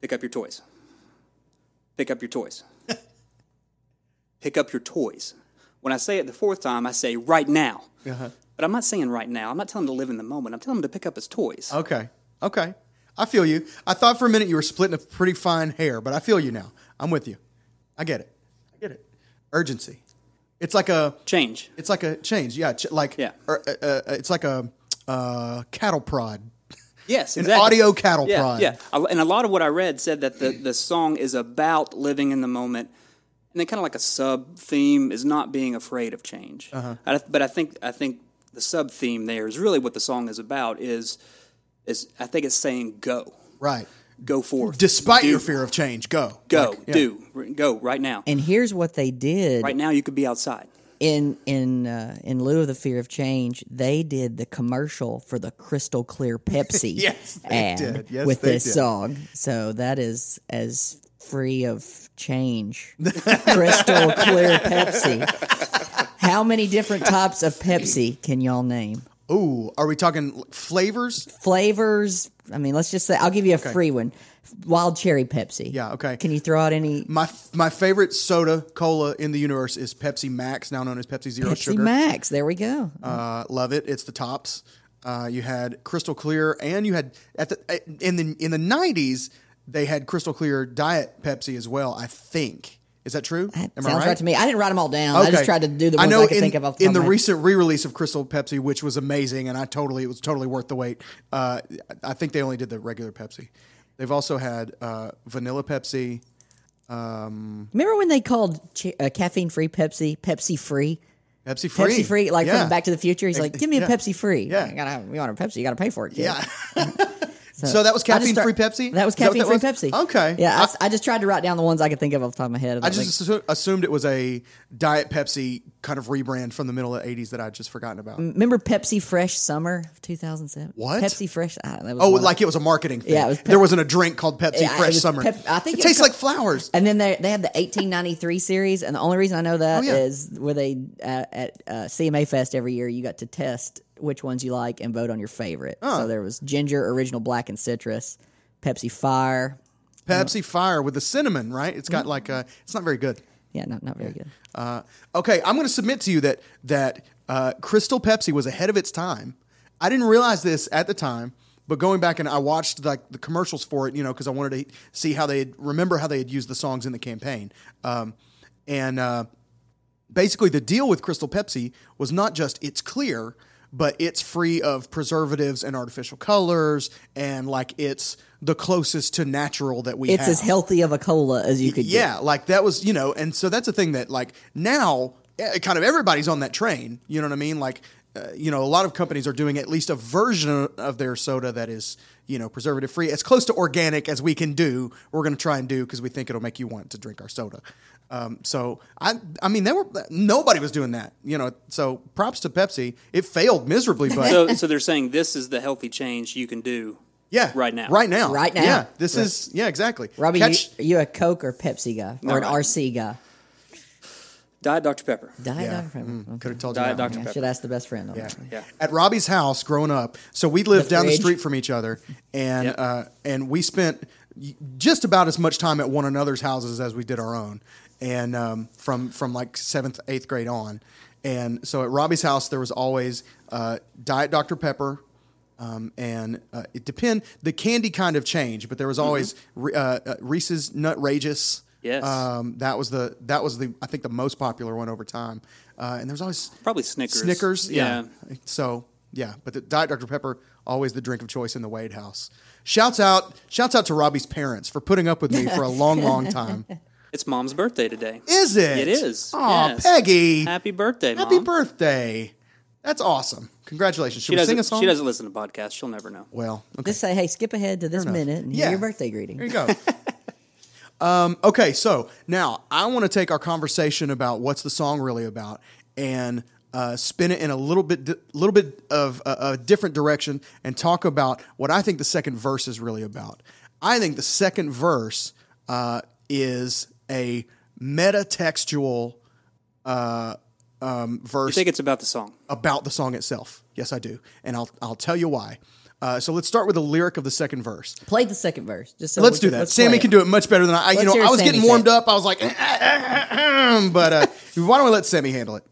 C: pick up your toys pick up your toys pick up your toys when i say it the fourth time i say right now
A: Uh-huh.
C: but i'm not saying right now i'm not telling him to live in the moment i'm telling him to pick up his toys
A: Okay. Okay. I feel you. I thought for a minute you were splitting a pretty fine hair, but I feel you now. I'm with you. I get it. I get it. Urgency. It's like a
C: change
A: it's like a change. Yeah, ch- like
C: Yeah.
A: or, uh, uh, it's like a uh, cattle prod.
C: Yes,
A: An
C: exactly.
A: audio cattle
C: yeah,
A: prod.
C: Yeah, A- and a lot of what I read said that the, the song is about living in the moment, and then kind of like a sub theme is not being afraid of change. Uh-huh. I, but I think I think the sub theme there is really what the song is about. Is is I think it's saying go,
A: Right.
C: go forth,
A: Despite
C: do,
A: your fear of change, go.
C: go,
A: Like, yeah.
C: do, r- go right now.
B: And here's what they did
C: right now, you could be outside.
B: in in uh, in lieu of the fear of change, they did the commercial for the crystal clear Pepsi
A: Yes, they
B: ad
A: did. Yes,
B: with
A: they
B: this
A: did.
B: song. So that is as free of change, crystal clear Pepsi. How many different types of Pepsi can y'all name?
A: Ooh, are we talking flavors?
B: Flavors. I mean, let's just say I'll give you a free one: wild cherry Pepsi.
A: Yeah, okay. Mm,
B: Can you throw out any
A: My f- my favorite soda cola in the universe is Pepsi Max, now known as Pepsi Zero
B: Pepsi
A: Sugar.
B: Max? There we go.
A: Uh, love it. It's the uh, tops. Uh, you had Crystal Clear, and you had at the in the in the nineties. they had crystal clear diet Pepsi as well. I think is that true?
B: That
A: Am
B: sounds
A: I
B: right? to me. I didn't write them all down. I just tried to do the
A: I
B: ones I,
A: know
B: could
A: in,
B: think of. Off the
A: in
B: top
A: the
B: of my head.
A: recent re-release of Crystal Pepsi, which was amazing, and I totally it was totally worth the wait. Uh, I think they only did the regular Pepsi. They've also had uh, vanilla Pepsi.
B: Remember when they called che- uh, caffeine free Pepsi Pepsi free?
A: Pepsi free,
B: Pepsi free, like
A: Yeah.
B: from Back to the Future. He's like, "Give me a
A: yeah.
B: Pepsi free."
A: Yeah.
B: you gotta, you want a Pepsi? You gotta pay for it. Kid.
A: Yeah. so, that was
B: I just
A: caffeine free
B: start-
A: Pepsi.
B: That was
A: Is what
B: caffeine free
A: that was?
B: Pepsi.
A: Okay.
B: Yeah, I s- I, just tried to write down the ones I could think of off the top of my head.
A: I just assu- assumed it was a Diet Pepsi kind of rebrand from the middle of the 80s that I'd just forgotten about.
B: remember Pepsi Fresh Summer of 2007.
A: What?
B: Pepsi Fresh? I, that was
A: Oh,
B: one of-
A: like it was a marketing thing.
B: Yeah, it was Pep-
A: there wasn't a drink called Pepsi
B: Yeah, it
A: Fresh
B: was
A: Summer.
B: Pep- I think
A: it,
B: it was
A: tastes
B: co-
A: like flowers.
B: And then they they had the 1893 series, and the only reason I know that
A: Oh,
B: is
A: yeah.
B: where they uh, at uh, CMA Fest every year you got to test which ones you like and vote on your favorite. So there was ginger, original black and citrus, Pepsi Fire.
A: Pepsi Fire with the cinnamon, right? It's
B: Mm.
A: got like a. It's not very good.
B: Yeah, not not very good.
A: Uh, okay, I'm going to submit to you that that uh, Crystal Pepsi was ahead of its time. I didn't realize this at the time, but going back and I watched like the commercials for it, you know, because I wanted to see how they remember how they had used the songs in the campaign. Um, and uh, basically, the deal with Crystal Pepsi was not just it's clear, but it's free of preservatives and artificial colors, and like it's the closest to natural that we
B: It's
A: have
B: as healthy of a cola as you could get.
A: yeah like that was you know and so that's the thing that like now eh, kind of everybody's on that train you know what i mean like uh, you know a lot of companies are doing at least a version of their soda that is you know preservative free as close to organic as we can do we're going to try and do because we think it'll make you want to drink our soda um, so i i mean there were nobody was doing that you know so props to pepsi it failed miserably but
C: So, so they're saying this is the healthy change you can do.
A: yeah
C: right now.
A: right now
B: Right now.
A: yeah this is yeah exactly
B: Robbie,
A: Catch-
B: you, you a Coke or Pepsi guy or an RC guy?
C: Diet Dr Pepper.
B: Diet
A: yeah, Mm-hmm.
B: Dr Pepper. Okay.
A: could have told you
C: Diet
A: that one.
C: Dr
B: I
C: Pepper.
B: should ask the best friend. on that.
C: Yeah.
A: At Robbie's house growing up, so we lived down the
B: fridge.
A: street from each other, and
C: Yep.
A: uh, and we spent y- just about as much time at one another's houses as we did our own, and um, from from like seventh eighth grade on, and so at Robbie's house there was always uh, Diet Dr Pepper. Um, and uh, it depend the candy kind of changed, but there was always Re- uh, uh, Reese's Nutrageous.
C: Mm-hmm. Yes.
A: um, that was the that was the I think the most popular one over time, uh, and there was always
C: Probably Snickers.
A: Snickers, yeah. So yeah, but the Diet Dr Pepper always the drink of choice in the Wade house. Shouts out, shouts out to Robbie's parents for putting up with me for a long, long time.
C: It's mom's birthday today.
A: Is it?
C: It is.
A: Oh,
C: yes.
A: Peggy, happy,
C: Happy birthday, mom.
A: birthday! That's awesome. Congratulations. Should
C: She
A: we sing a
C: doesn't,
A: song?
C: she doesn't listen to podcasts. She'll never know.
A: Well, okay.
B: Just say, hey, skip ahead to this minute and hear
A: Yeah.
B: your birthday greeting.
A: There you go. um, okay, so now I want to take our conversation about what's the song really about and uh, spin it in a little bit, di- little bit of a, a different direction and talk about what I think the second verse is really about. I think the second verse uh, is a metatextual
C: You think it's about the song?
A: about the song itself. Yes, I do, and I'll I'll tell you why. Uh, so let's start with the lyric of the second verse.
B: Play the second verse. Just so
A: let's
B: we
A: do
B: can-
A: that.
B: let's
A: Sammy
B: play
A: can do it much better than I. You
B: Let's
A: know,
B: hear
A: I was
B: Sammy
A: getting
B: say
A: warmed
B: it.
A: up. I was like, but uh, why don't we let Sammy handle it?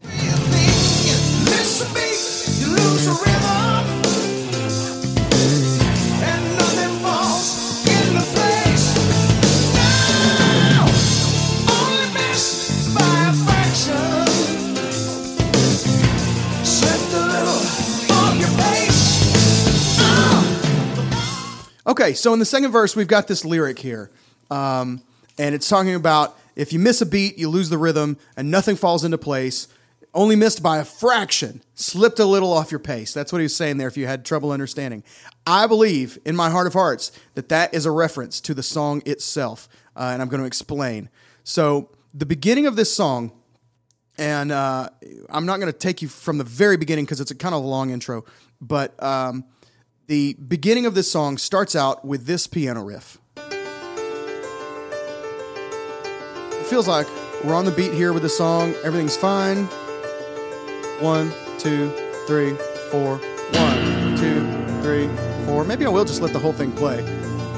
A: Okay, so in the second verse, we've got this lyric here, um, and it's talking about if you miss a beat, you lose the rhythm, and nothing falls into place. Only missed by a fraction, slipped a little off your pace. That's what he was saying there. If you had trouble understanding, I believe in my heart of hearts that that is a reference to the song itself, uh, and I'm going to explain. So the beginning of this song and uh, I'm not going to take you from the very beginning because it's a kind of a long intro. But um, the beginning of this song starts out with this piano riff. It feels like we're on the beat here with the song. Everything's fine. One, two, three, four. One, two, three, four. Maybe I will just let the whole thing play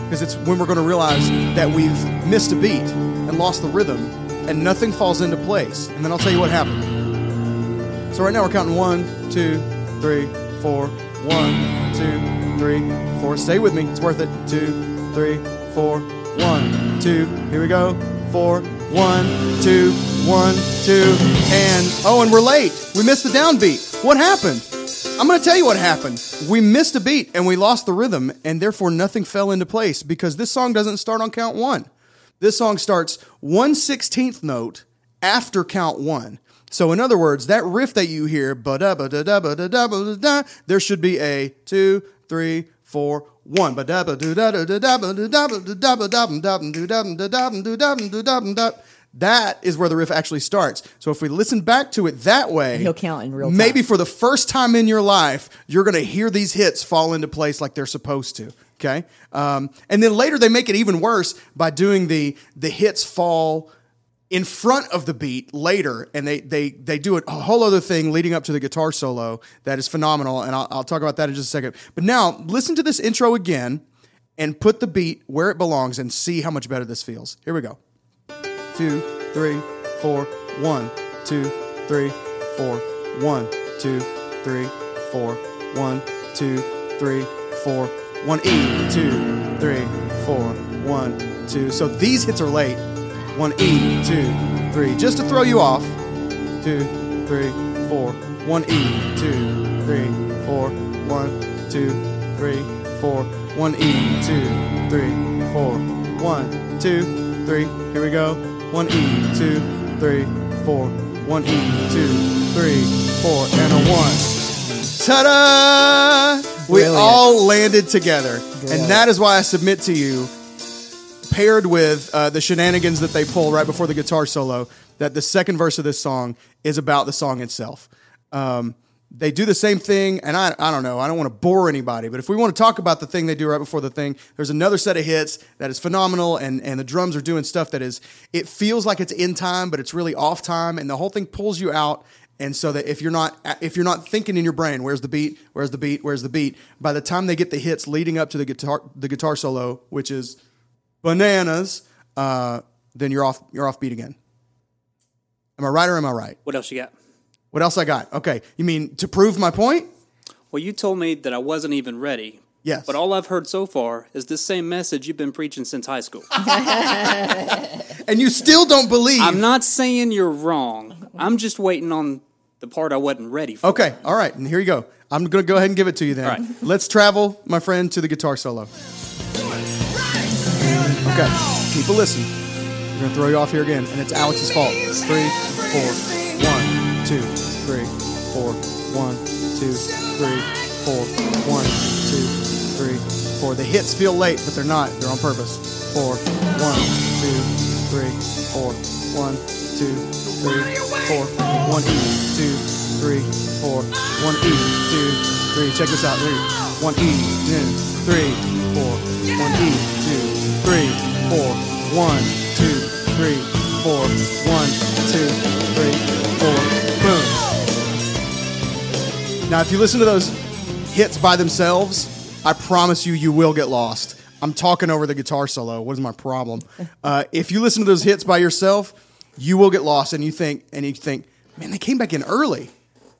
A: because it's when we're going to realize that we've missed a beat and lost the rhythm and nothing falls into place. And then I'll tell you what happened. So right now we're counting one, two, three, four. One, two, three, four. Stay with me. It's worth it. Two, three, four. One, one, two. Here we go. Four, one, two, one, two, and oh, and we're late. We missed the downbeat. What happened? I'm going to tell you what happened. We missed a beat and we lost the rhythm, and therefore nothing fell into place because this song doesn't start on count one. This song starts one sixteenth note after count one. So in other words, that riff that you hear, ba da ba da da ba da da ba da da, there should be a two, three, four, one. Ba da ba do da da da da ba da da ba da da ba da ba da ba do da ba da da ba do da ba do da ba da. That is where the riff actually starts. So if we listen back to it that way,
B: He'll count in real time.
A: Maybe for the first time in your life, you're going to hear these hits fall into place like they're supposed to. Okay, um, and then later they make it even worse by doing the the hits fall in front of the beat later, and they they they do a whole other thing leading up to the guitar solo that is phenomenal, and I'll, I'll talk about that in just a second. But now listen to this intro again, and put the beat where it belongs, and see how much better this feels. Here we go two, three, four, one, two, three, four, one, two, three, four, one, two, three, four, one, E, two, three, four, one, two. So these hits are late. One, E, two, three. Just to throw you off. Two, three, four, one, E, two, three, four, one, two, three, four, one, E, two, three, four, one, two, three. Here we go. One E, two, three, four. One E, two, three, four, and a one. Ta-da! We
B: Brilliant.
A: all landed together, and that is why I submit to you paired with uh, the shenanigans that they pull right before the guitar solo, that the second verse of this song is about the song itself. Um, they do the same thing, and I, I don't know, I don't want to bore anybody, but if we want to talk about the thing they do right before the thing, there's another set of hits that is phenomenal, and, and the drums are doing stuff that is, it feels like it's in time, but it's really off time, and the whole thing pulls you out. And so that if you're not if you're not thinking in your brain, where's the beat, where's the beat, where's the beat, by the time they get the hits leading up to the guitar the guitar solo, which is bananas, uh, then you're off you're off beat again. Am I right or am I right?
C: What else you got?
A: What else I got? Okay, you mean to prove my point?
C: Well, you told me that I wasn't even ready.
A: Yes.
C: But all I've heard so far is this same message you've been preaching since high school.
A: And you still don't believe?
C: I'm not saying you're wrong. I'm just waiting on the part I wasn't ready for.
A: okay, all right, and here you go. I'm gonna go ahead and give it to you then.
C: All right.
A: Let's travel, my friend, to the guitar solo. Okay, keep a listen. We're gonna throw you off here again, and it's Alex's fault. Three, four, one, two, three, four, one, two, three, four, one, two, three, four. The hits feel late, but they're not. They're on purpose. Four, one, two, three, four, one, two, three, four, one, e, two, three, four, one, e, two, three. Check this out. Three, one, e, two, three, four, one, e, two, three, four, one, two, three, four, one, two, three, four, boom. Now, if you listen to those hits by themselves, I promise you, you will get lost. I'm talking over the guitar solo. What is my problem? Uh, if you listen to those hits by yourself, you will get lost, and you think, and you think, man, they came back in early.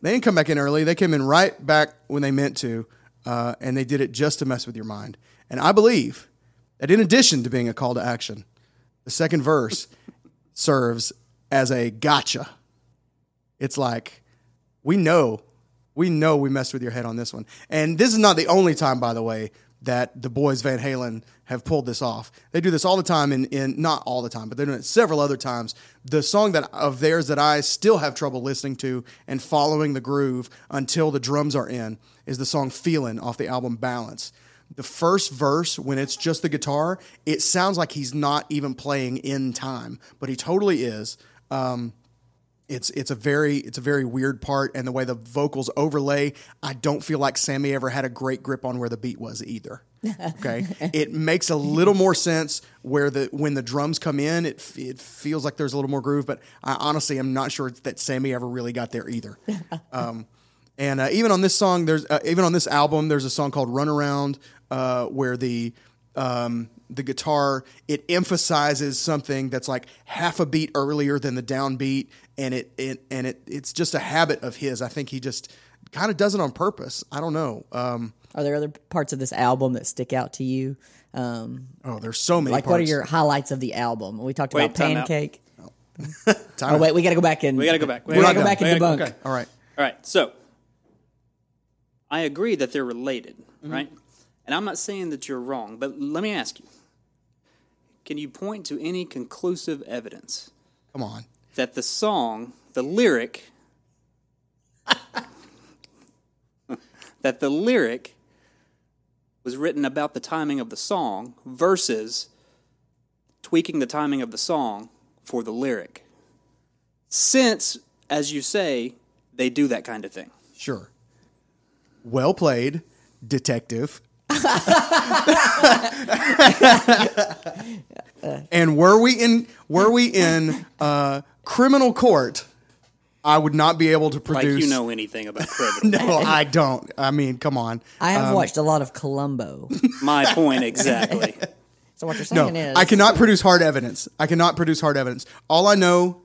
A: They didn't come back in early. They came in right back when they meant to, uh, and they did it just to mess with your mind. And I believe that in addition to being a call to action, the second verse serves as a gotcha. It's like we know, we know we messed with your head on this one. And this is not the only time, by the way, that the boys Van Halen have pulled this off. They do this all the time, in, in not all the time, but they're doing it several other times. The song that of theirs that I still have trouble listening to and following the groove until the drums are in is the song "Feelin" off the album Balance the first verse when it's just the guitar it sounds like he's not even playing in time but he totally is um, it's it's a very it's a very weird part and the way the vocals overlay i don't feel like sammy ever had a great grip on where the beat was either okay it makes a little more sense where the when the drums come in it, f- it feels like there's a little more groove but i honestly am not sure that sammy ever really got there either and uh, even on this song, there's uh, even on this album, there's a song called "Run Around," uh, where the um, the guitar it emphasizes something that's like half a beat earlier than the downbeat, and it, it and it it's just a habit of his. I think he just kind of does it on purpose. I don't know. Um,
B: Are there other parts of this album that stick out to you? Um,
A: oh, there's so many.
B: like,
A: parts. Uh,
B: what are your highlights of the album? We talked
C: Wait,
B: about
C: time out.
B: Pancake.
A: Time
B: Oh wait, we got to go back and
C: We got to go back.
B: We
C: We're
B: got to
C: not
B: go
C: done.
B: back and
C: We gotta-
B: debunk.
C: okay.
A: All right.
C: All right. So I agree that they're related,
A: Mm-hmm.
C: right? And I'm not saying that you're wrong, but let me ask you can you point to any conclusive evidence
A: Come on.
C: that the song, the lyric, that the lyric was written about the timing of the song versus tweaking the timing of the song for the lyric? Since, as you say, they do that kind of thing.
A: Sure. Well played, detective. and were we in were we in uh, criminal court, I would not be able to
C: Like
A: produce.
C: you know anything about criminal.
A: no, I don't. I mean, come on.
B: I have watched a lot of Columbo.
C: My point exactly.
B: so what you're
A: No,
B: saying is,
A: I cannot produce hard evidence. I cannot produce hard evidence. All I know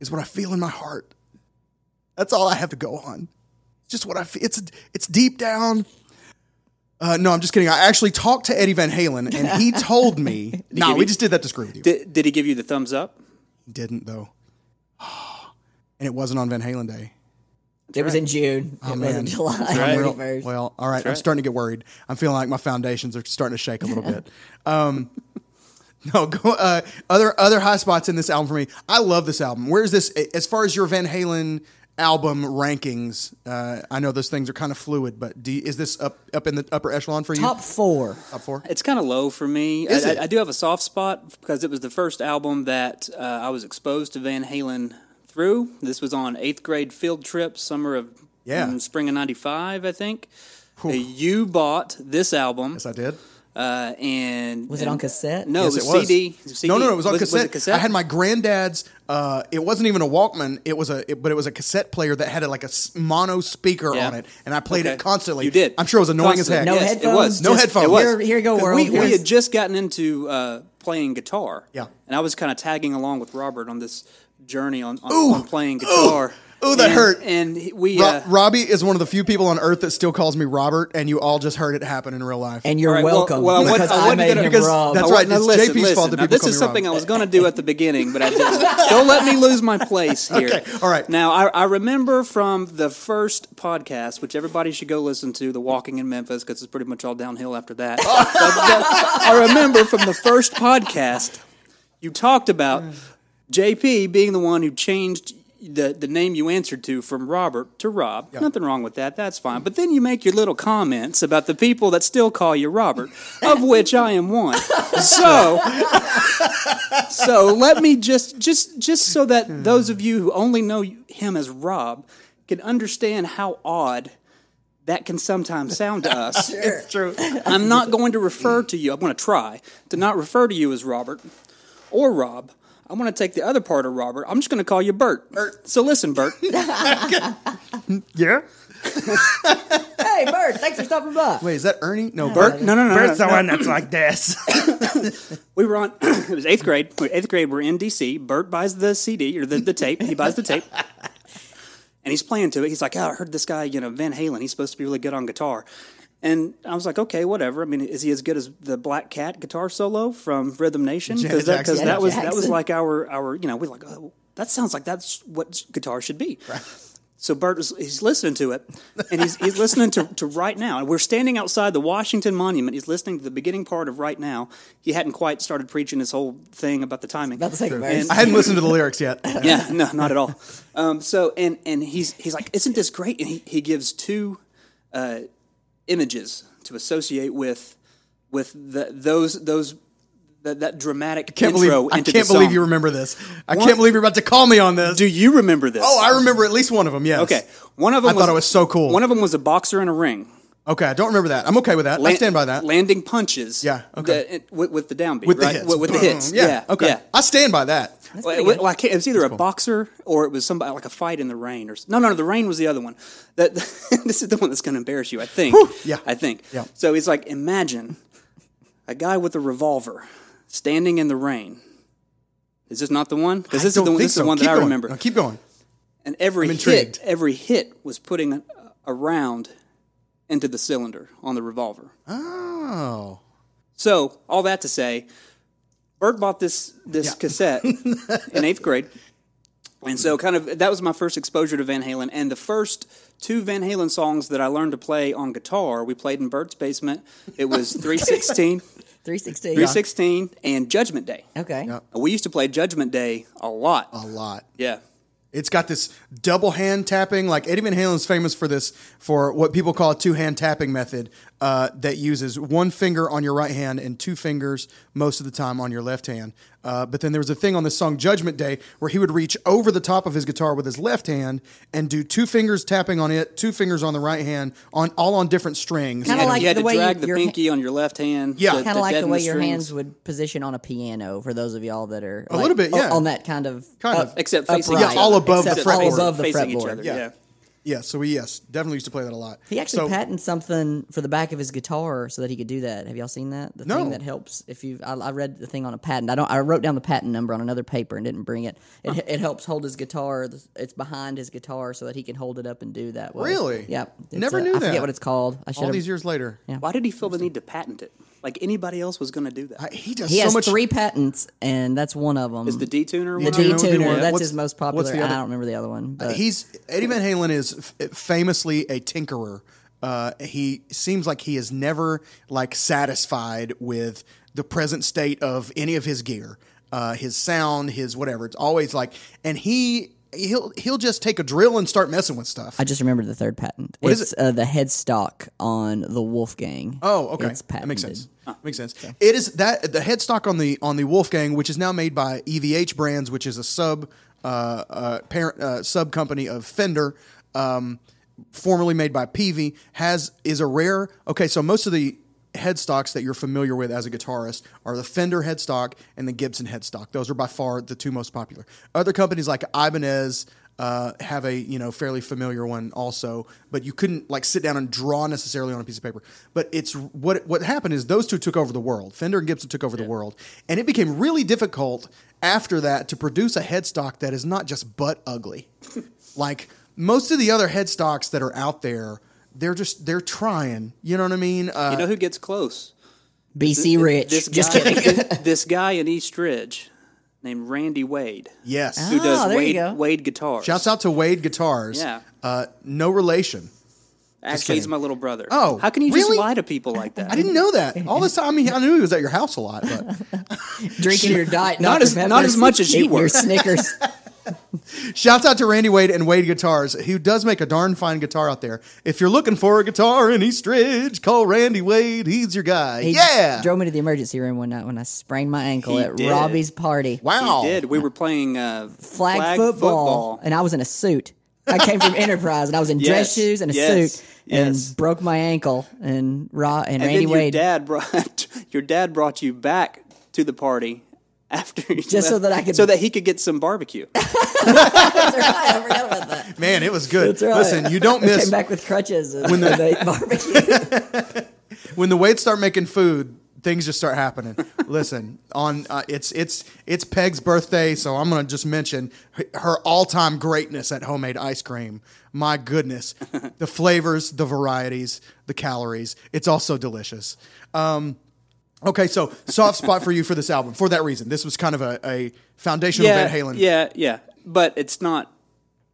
A: is what I feel in my heart. That's all I have to go on. Just what I feel. It's it's deep down. Uh, no, I'm just kidding. I actually talked to Eddie Van Halen, and he told me. no,
C: give
A: we
C: you-
A: just did that to screw with you.
C: Did, did he give you the thumbs up?
A: Didn't though, and it wasn't on Van Halen Day.
B: It was in June. it was in July.
A: I'm real-
B: At first.
A: Oh, well, all right, I'm starting to get worried. I'm feeling like my foundations are starting to shake a little bit. Um, no, go, uh, other other high spots in this album for me. I love this album. Where's this as far as your Van Halen album rankings? Uh, I know those things are kind of fluid, but do you- is this up up in the upper echelon for you?
B: Top four.
A: Top four.
C: It's kind of low for me.
A: Is
C: I,
A: it?
C: I, I do have a soft spot because it was the first album that uh, I was exposed to Van Halen through. This was on eighth grade field trip, summer of
A: Yeah.
C: mm, spring of '95, I think. Uh, You bought this album,
A: Yes, I did.
C: uh, and
B: Was it on cassette?
C: No,
A: Yes,
C: it, was
A: it was.
C: CD. It was CD.
A: No, no, no, it was on cassette.
C: Was it cassette?
A: I had my granddad's. Uh, it wasn't even a Walkman. It was a, it, but it was a cassette player that had a, like a s- mono speaker
C: Yeah.
A: on it, and I played
C: Okay.
A: it constantly.
C: You did.
A: I'm sure it was annoying
C: Constantly.
A: as heck.
B: No
C: Yes,
B: headphones.
C: It was.
A: No
B: just-
A: headphones.
B: Here, here you go,
C: 'Cause
B: world.
C: We, we
B: Here's-
C: had just gotten into uh, playing guitar.
A: Yeah.
C: And I was kind of tagging along with Robert on this journey on, on, on playing guitar.
A: Ooh, that
C: And-
A: hurt.
C: And he- we.
A: Ro-
C: Uh,
A: Robbie is one of the few people on earth that still calls me Robert, and you all just heard it happen in real life.
B: and you're
C: all right, well-
B: welcome
C: well, I wasn't-
B: because
C: I
B: I,
C: wasn't
B: made
C: gonna-
B: him
A: because
B: Rob.
A: that's
C: I
A: right,
C: wa-
A: it's
C: Oh, now, listen,
A: JP's fault
C: listen.
A: that
C: Now,
A: people
C: this
A: call
C: is
A: me
C: something
A: Rob.
C: I was going to do at the beginning, but I didn't. Don't let me lose my place here.
A: Okay, all right.
C: Now, I, I remember from the first podcast, which everybody should go listen to, The Walking in Memphis, because it's pretty much all downhill after that. But-
A: Oh.
C: but I remember from the first podcast, you talked about JP being the one who changed the, the name you answered to from Robert to Rob. Nothing wrong with that. That's fine. But then you make your little comments about the people that still call you Robert, of which I am one. So so let me just just just so that those of you who only know him as Rob can understand how odd that can sometimes sound to us.
A: it's true.
C: I'm not going to refer to you. I'm going to try to not refer to you as Robert or Rob. I'm going to take the other part of Robert. I'm just going to call you Bert. So listen, Bert.
A: yeah.
B: hey, Bert, thanks for stopping by.
A: Wait, is that Ernie? No, Bert.
C: Bert. No, no, no. no,
D: Bert's the
C: no.
D: one that's like this.
C: We were on. it was eighth grade. We- Eighth grade. We're in D.C. Bert buys the CD or the, the tape. He buys the tape, and he's playing to it. He's like, "Oh, I heard this guy, you know, Van Halen. He's supposed to be really good on guitar." And I was like, "Okay, whatever. I mean, is he as good as the Black Cat guitar solo from Rhythm Nation?
A: Janet
C: Because that, 'cause
A: Jackson.
C: that was
B: Janet
C: that was
B: Jackson.
C: like our our you know we're like oh, that sounds like that's what guitar should be." So Bert was he's listening to it, and he's he's listening to, to right now. And we're standing outside the Washington Monument. He's listening to the beginning part of right now. He hadn't quite started preaching his whole thing about the timing.
B: About the second verse.
C: And-
A: I hadn't listened to the lyrics yet.
C: yeah, no, not at all. Um, so and and he's he's like, isn't this great? And he, he gives two uh, images to associate with with the, those those that, that dramatic
A: Can't believe,
C: intro
A: I
C: into
A: can't
C: the
A: believe
C: song.
A: you remember this. I can't believe you're about to call me on this.
C: Do you remember this?
A: oh, I remember at least one of them. Yes.
C: okay. One of them
A: I thought it was so cool.
C: One of them was a boxer in a ring.
A: Okay, I don't remember that. I'm okay with that. I
C: Lan-
A: stand by that.
C: Landing punches.
A: Yeah, okay.
C: the- it- with, with the downbeat.
A: with the
C: right?
A: hits.
C: With, with the
A: Boom.
C: hits.
A: Yeah.
C: Yeah.
A: Okay.
C: yeah.
A: I stand by that.
C: Well, it, well, I can't- it was either a boxer or it was somebody like a fight in the rain or s- no, no, no. The rain was the other one. That this is the one that's going to embarrass you, I think.
A: Yeah.
C: I think.
A: Yeah.
C: So it's like imagine a guy with a revolver standing in the rain. Is this not the one? Because this
A: Don't
C: is the one.
A: think
C: This is
A: so.
C: the one
A: Keep
C: that I
A: going.
C: remember.
A: No, keep going.
C: and every
A: intrigued.
C: hit, every hit was putting a, around into the cylinder on the revolver.
A: Oh.
C: So all that to say, Bert bought this this cassette in eighth grade, and so kind of that was my first exposure to Van Halen. And the first two Van Halen songs that I learned to play on guitar, we played in Bert's basement. It was 316,
B: 316.
C: 316, and Judgment Day.
B: Okay.
C: We used to play Judgment Day a lot.
A: A lot.
C: Yeah.
A: It's got this double hand tapping. Like Eddie Van Halen's famous for this, for what people call a two hand tapping method uh, that uses one finger on your right hand and two fingers most of the time on your left hand. Uh, but then there was a thing on this song Judgment Day where he would reach over the top of his guitar with his left hand and do two fingers tapping on it, two fingers on the right hand, on all on different strings.
B: Kinda
A: And-
B: like
C: you had
B: the
C: to
B: way
C: drag
B: you-
C: the
B: your
C: pinky on your left hand.
A: Yeah.
C: to-
A: Kinda
B: Kind
C: to
B: of like the
C: deaden
B: way your
C: strings.
B: hands would position on a piano for those of y'all that are a
A: little bit, yeah.
B: on that kind of
A: Kind
B: uh,
A: of.
C: except facing
B: upright.
C: each
A: Yeah, all
C: other.
A: above the
C: Except
A: fretboard.
C: facing-
B: All above the
C: facing each
B: fretboard.
C: other,
A: Yeah.
C: yeah.
A: yeah. So we yes, definitely used to play that a lot.
B: He actually
A: so,
B: patented something for the back of his guitar so that he could do that. Have y'all seen that? The
A: No.
B: thing that helps if you. I, I read the thing on a patent. I don't. I wrote down the patent number on another paper and didn't bring it. It, it helps hold his guitar. It's behind his guitar so that he can hold it up and do that. Way.
A: Really?
B: Yep. It's,
A: Never
B: uh,
A: knew
B: I forget
A: that.
B: what it's called. I should.
A: all
B: have-
A: these years later,
C: Why did he feel the need to patent it? Like anybody else was going to do that.
A: I- he does
B: He
A: so
B: has
A: much uh,
B: three patents, and that's one of them.
C: Is the detuner one?
B: the
C: of them?
A: D-tuner would be
B: D-tuner.
A: one.
B: That's
A: What's-
B: his
A: what's
B: most
A: the
B: popular. and I
A: other-
B: don't remember the other one. But
A: He's Eddie Van Halen is f- famously a tinkerer. Uh, he seems like he is never like satisfied with the present state of any of his gear, uh, his sound, his whatever. It's always like, and he he'll he'll just take a drill and start messing with stuff.
B: I just remembered the third patent.
A: What
B: it's
A: is
B: Uh, the headstock on the Wolfgang.
A: Oh, okay.
B: It's
A: that
B: patented.
A: makes sense. Makes sense. It is that the headstock on the on the Wolfgang, which is now made by EVH Brands, which is a sub uh, uh, parent uh, sub company of Fender, um, formerly made by Peavy, has is a rare. Okay, so most of the headstocks that you're familiar with as a guitarist are the Fender headstock and the Gibson headstock. Those are by far the two most popular. Other companies like Ibanez uh, have a you know fairly familiar one also, but you couldn't like sit down and draw necessarily on a piece of paper. But it's what what happened is those two took over the world. Fender and Gibson took over the world, and it became really difficult after that to produce a headstock that is not just butt ugly. like most of the other headstocks that are out there, they're just they're trying. You know what I mean? Uh,
C: You know who gets close?
B: BC Rich.
C: This guy,
B: just kidding.
C: this- this guy in East Ridge named Randy Wade,
A: yes.
B: Ah.
C: who does
B: there you
C: Wade,
B: go.
C: Wade guitars.
A: Shouts out to Wade Guitars.
C: Yeah.
A: Uh, no relation.
C: Actually, he's my little brother.
A: Oh,
C: how can you
A: really?
C: just lie to people like that?
A: I didn't know that. All this time, I mean, I knew he was at your house a lot, but.
B: drinking your diet.
C: Not
B: Dr.
C: as-
B: Pepper,
C: not as much as you
B: eating Your
C: were.
B: Snickers.
A: Shouts out to Randy Wade and Wade Guitars, who does make a darn fine guitar out there. If you're looking for a guitar in East Ridge, call Randy Wade. He's your guy.
B: He
A: yeah.
B: drove me to the emergency room one night when I sprained my ankle
C: He
B: at
C: did.
B: Robbie's party.
A: wow.
C: He did. We were playing uh,
B: Flag, football, and I was in a suit. I came from Enterprise, and I was in dress
C: Yes,
B: shoes and a
C: yes,
B: suit, and
C: yes.
B: broke my ankle. And Ra and,
C: And
B: Randy
C: then your
B: Wade
C: dad brought your dad brought you back to the party after you
B: Just so
C: left,
B: that I could-
C: so that he could get some barbecue.
B: That's right, I forgot about that.
A: Man, it was good.
B: That's right.
A: Listen, you don't
B: I
A: miss
B: Came back with crutches and, when they ate barbecue.
A: when the Wades start making food. Things just start happening. Listen, on uh, it's it's it's Peg's birthday, so I'm gonna just mention her- her all-time greatness at homemade ice cream. My goodness, the flavors, the varieties, the calories. It's also delicious. Um, Okay, so soft spot for you for this album for that reason. This was kind of a, a foundational
C: yeah,
A: Van Halen.
C: yeah, yeah. But it's not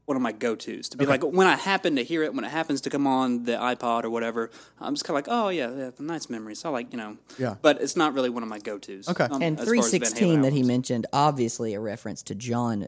C: one of my go tos to be like when I happen to hear it when it happens to come on the iPod or whatever. I'm just kind of like, oh yeah, yeah, nice memories. I like you know.
A: Yeah.
C: But it's not really one of my um, go tos.
A: Okay.
B: and 316 that he mentioned, obviously a reference to John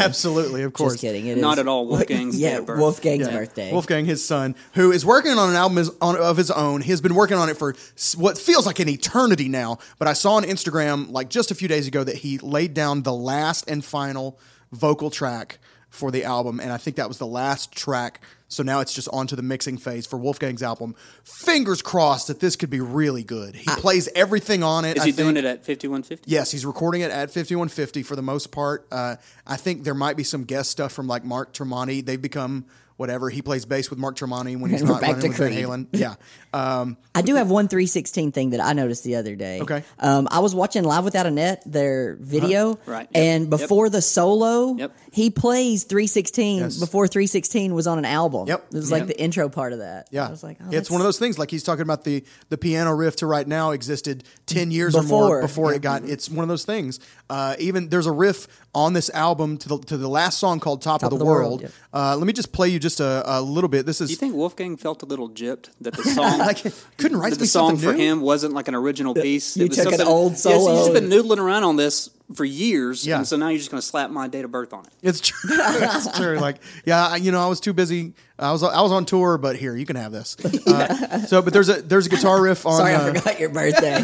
A: Absolutely, of course.
B: Just kidding. It
C: Not
B: is-
C: at all Wolfgang's
B: yeah,
C: day of birth.
B: Wolfgang's birthday.
A: Wolfgang, his son, who is working on an album is- on, of his own. He has been working on it for s- what feels like an eternity now. But I saw on Instagram, like just a few days ago, that he laid down the last and final vocal track for the album. And I think that was the last track. So now it's just on to the mixing phase for Wolfgang's album. Fingers crossed that this could be really good. He plays everything on it.
C: Is
A: I
C: he
A: think.
C: doing it at 5150?
A: Yes, he's recording it at 5150 for the most part. Uh, I think there might be some guest stuff from like Mark Tremonti. They've become whatever. He plays bass with Mark Tremonti when he's
B: We're
A: not
B: back to
A: running with Van
B: Creed.
A: Halen. Yeah. Um,
B: I do have one 316 thing that I noticed the other day.
A: Okay. Uh-huh.
B: Um, I was watching Live Without a Net, their video.
C: Right, yep,
B: And
C: yep.
B: before the solo,
C: Yep.
B: he plays 316
A: Yes.
B: before 316 was on an album.
A: Yep.
B: It was like the intro part of that.
A: yeah.
B: I was like, oh,
A: it's
B: that's-
A: one of those things like he's talking about the the piano riff to right now existed 10 years or more
B: Before.
A: before it got it's one of those things. Uh, even there's a riff on this album to the to the last song called Top, of the, World.
B: World, yep.
A: Uh, let me just play you just a, a little bit. This is
C: Do you think Wolfgang felt a little gypped that the song,
A: like couldn't
C: that
A: write
C: the
A: me
C: song
A: something
C: for
A: new?
C: him wasn't like an original piece?
B: you
C: it was
B: took an
C: something-
B: old
C: Yeah, so you've
B: solo.
C: just been noodling around on this for years,
A: Yeah.
C: and so now you're just going to slap my date of birth on it.
A: It's true. it's true. Like, yeah, I- you know, I was too busy. I was I was on tour, but here you can have this. Uh, so, but there's a there's a guitar riff on.
B: Sorry,
A: uh,
B: I forgot your birthday.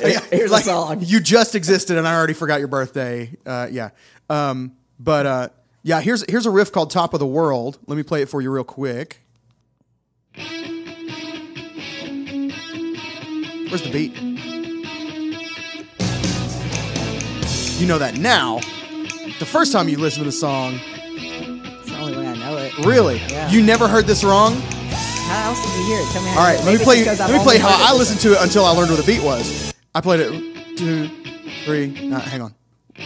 B: Here- Here's
A: like,
B: a song.
A: You just existed, and I already forgot your birthday. Uh, yeah, um, but uh, yeah, here's here's a riff called "Top of the World." Let me play it for you real quick. Where's the beat? You know that now. The first time you listen to the song,
B: It's the only way I know it.
A: Really?
B: Yeah.
A: You never heard this wrong?
B: How else did you hear it? Tell me how
A: All
B: you
A: right,
B: heard
A: let
B: it.
A: me
B: Maybe
A: play.
B: because
A: Let
B: I've
A: me play
B: only
A: how
B: heard
A: I
B: it.
A: listened to it until I learned where the beat was. I played it two, three. Uh, hang on.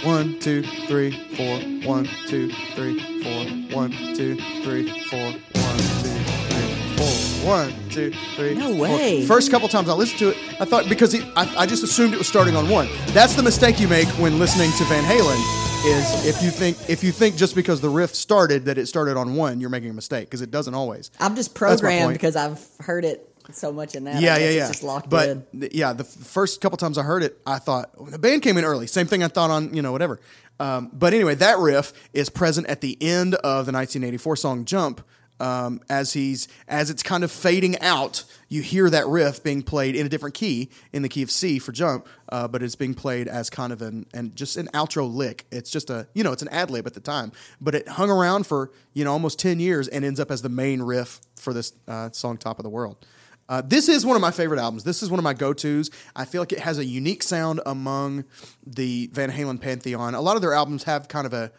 A: One, two, three, four. One, two, three, four. One, two, three, four. One, two, three, four. One, two, three.
B: No
A: four.
B: way.
A: First couple times I listened to it, I thought because it, I, I just assumed it was starting on one. That's the mistake you make when listening to Van Halen. Is if you think if you think just because the riff started that it started on one, you're making a mistake because it doesn't always.
B: I'm just
A: That's my
B: programmed
A: point.
B: because I've heard it so much in that. I
A: Yeah, yeah,
B: guess it's
A: yeah.
B: Just locked
A: but
B: in.
A: th- yeah, the f- first couple times I heard it, I thought "Oh, the band came in early. Same thing I thought on you know whatever. Um, but anyway, that riff is present at the end of the 1984 song "Jump." Um, as he's as it's kind of fading out, you hear that riff being played in a different key, in the key of C for "Jump," uh, but it's being played as kind of an and just an outro lick. It's just a you know it's an ad lib at the time, but it hung around for you know almost ten years and ends up as the main riff for this uh, song "Top of the World." Uh, this is one of my favorite albums. This is one of my go tos. I feel like it has a unique sound among the Van Halen pantheon. A lot of their albums have kind of a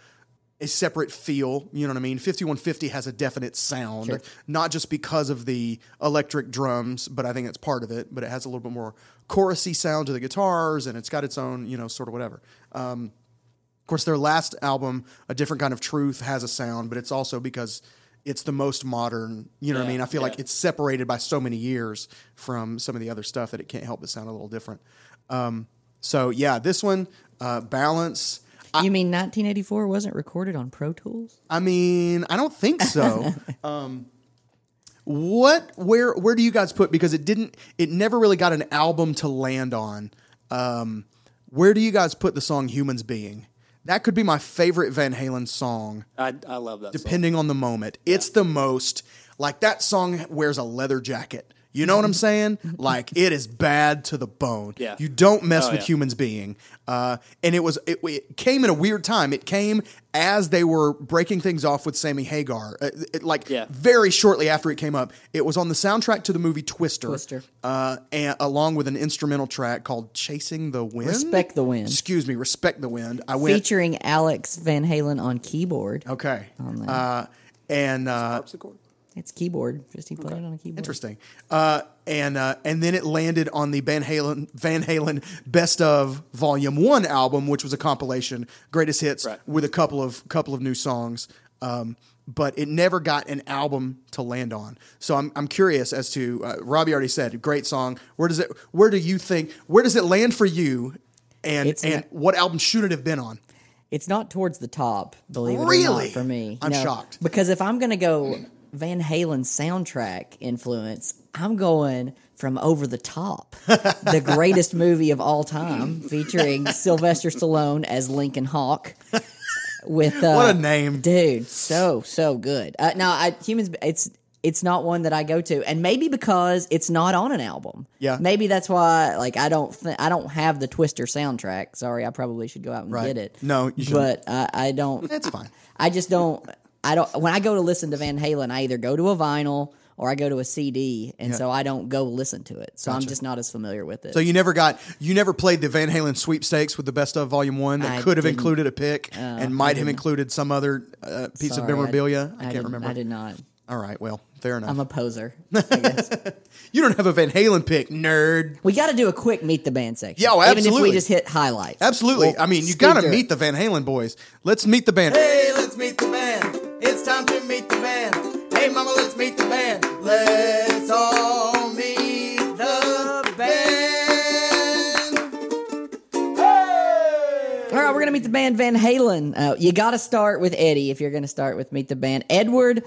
A: a separate feel. You know what I mean? Fifty one fifty has a definite sound, not just because of the electric drums, but I think that's part of it. But it has a little bit more chorusy sound to the guitars, and it's got its own, you know, sort of whatever. Of course, their last album, A Different Kind of Truth, has a sound, but it's also because it's the most modern. You know what I mean? I feel like it's separated by so many years from some of the other stuff that it can't help but sound a little different. Um, so, yeah, this one, uh, Balance.
B: you mean 1984 wasn't recorded on Pro Tools?
A: I mean, I don't think so. um, what, where, where do you guys put? Because it didn't, it never really got an album to land on. Um, where do you guys put the song "Humans Being"? That could be my favorite Van Halen song.
C: I, I love that. song.
A: depending on the moment. It's the most like that song wears a leather jacket. You know what I'm saying? Like it is bad to the bone.
C: Yeah.
A: You don't mess
C: Oh,
A: with
C: yeah.
A: humans being. Uh, and it was it, it came in a weird time. It came as they were breaking things off with Sammy Hagar. Uh, it- like
C: Yeah.
A: very shortly after it came up, it was on the soundtrack to the movie Twister.
B: Twister.
A: Uh, and along with an instrumental track called "Chasing the Wind."
B: Respect the Wind.
A: Excuse me, "Respect the Wind." Oh. I went
B: Featuring Alex Van Halen on keyboard.
A: okay.
B: there.
A: Uh, and uh,
C: Harpsichord.
B: It's keyboard. Just he played it on a keyboard.
A: Interesting. Uh, and uh, and then it landed on the Van Halen Van Halen Best of Volume One album, which was a compilation greatest hits
C: Right.
A: with a couple of couple of new songs. Um, but it never got an album to land on. So I'm, I'm curious as to uh, Robbie already said great song. Where does it Where do you think Where does it land for you? And
B: It's
A: and
B: not-
A: what album should it have been on?
B: It's not towards the top, believe it or
A: Really?
B: not, for me.
A: I'm shocked.
B: Because if I'm going to go Van Halen soundtrack influence, I'm going from Over the Top, the greatest movie of all time, featuring Sylvester Stallone as Lincoln Hawk. With uh,
A: What a name.
B: dude! So so good. Uh, no, I, humans. It's it's not one that I go to, and maybe because it's not on an album.
A: Yeah.
B: maybe that's why. Like, I don't th- I don't have the Twister soundtrack. Sorry, I probably should go out and
A: Right.
B: get it.
A: No, you shouldn't.
B: but I, I don't.
A: That's fine.
B: I just don't. I don't. When I go to listen to Van Halen, I either go to a vinyl or I go to a CD, and so I don't go listen to it. So I'm just not as familiar with it.
A: So you never got you never played the Van Halen sweepstakes with the best of Volume One that
B: I
A: could have
B: didn't. Oh,
A: included a pick and might have included some other uh, piece
B: Sorry,
A: of memorabilia. I,
B: I
A: can't
B: didn't-
A: remember.
B: I did not.
A: All right, well, fair enough.
B: I'm a poser. I guess.
A: you don't have a Van Halen pick, nerd.
B: we got to do a quick meet the band section.
A: Yeah, oh,
B: Even if
A: absolutely.
B: we just hit highlights.
A: Absolutely.
B: We'll
A: I mean, you
B: speed
A: got to
B: through
A: meet
B: it.
A: the Van Halen boys. Let's meet the band.
D: Hey, let's meet the band. It's time to meet the band. Hey, mama, let's meet the band. Let's all meet the band. Hey!
B: All right, we're gonna meet the band Van Halen. Uh, you got to start with Eddie if you're gonna start with meet the band Edward.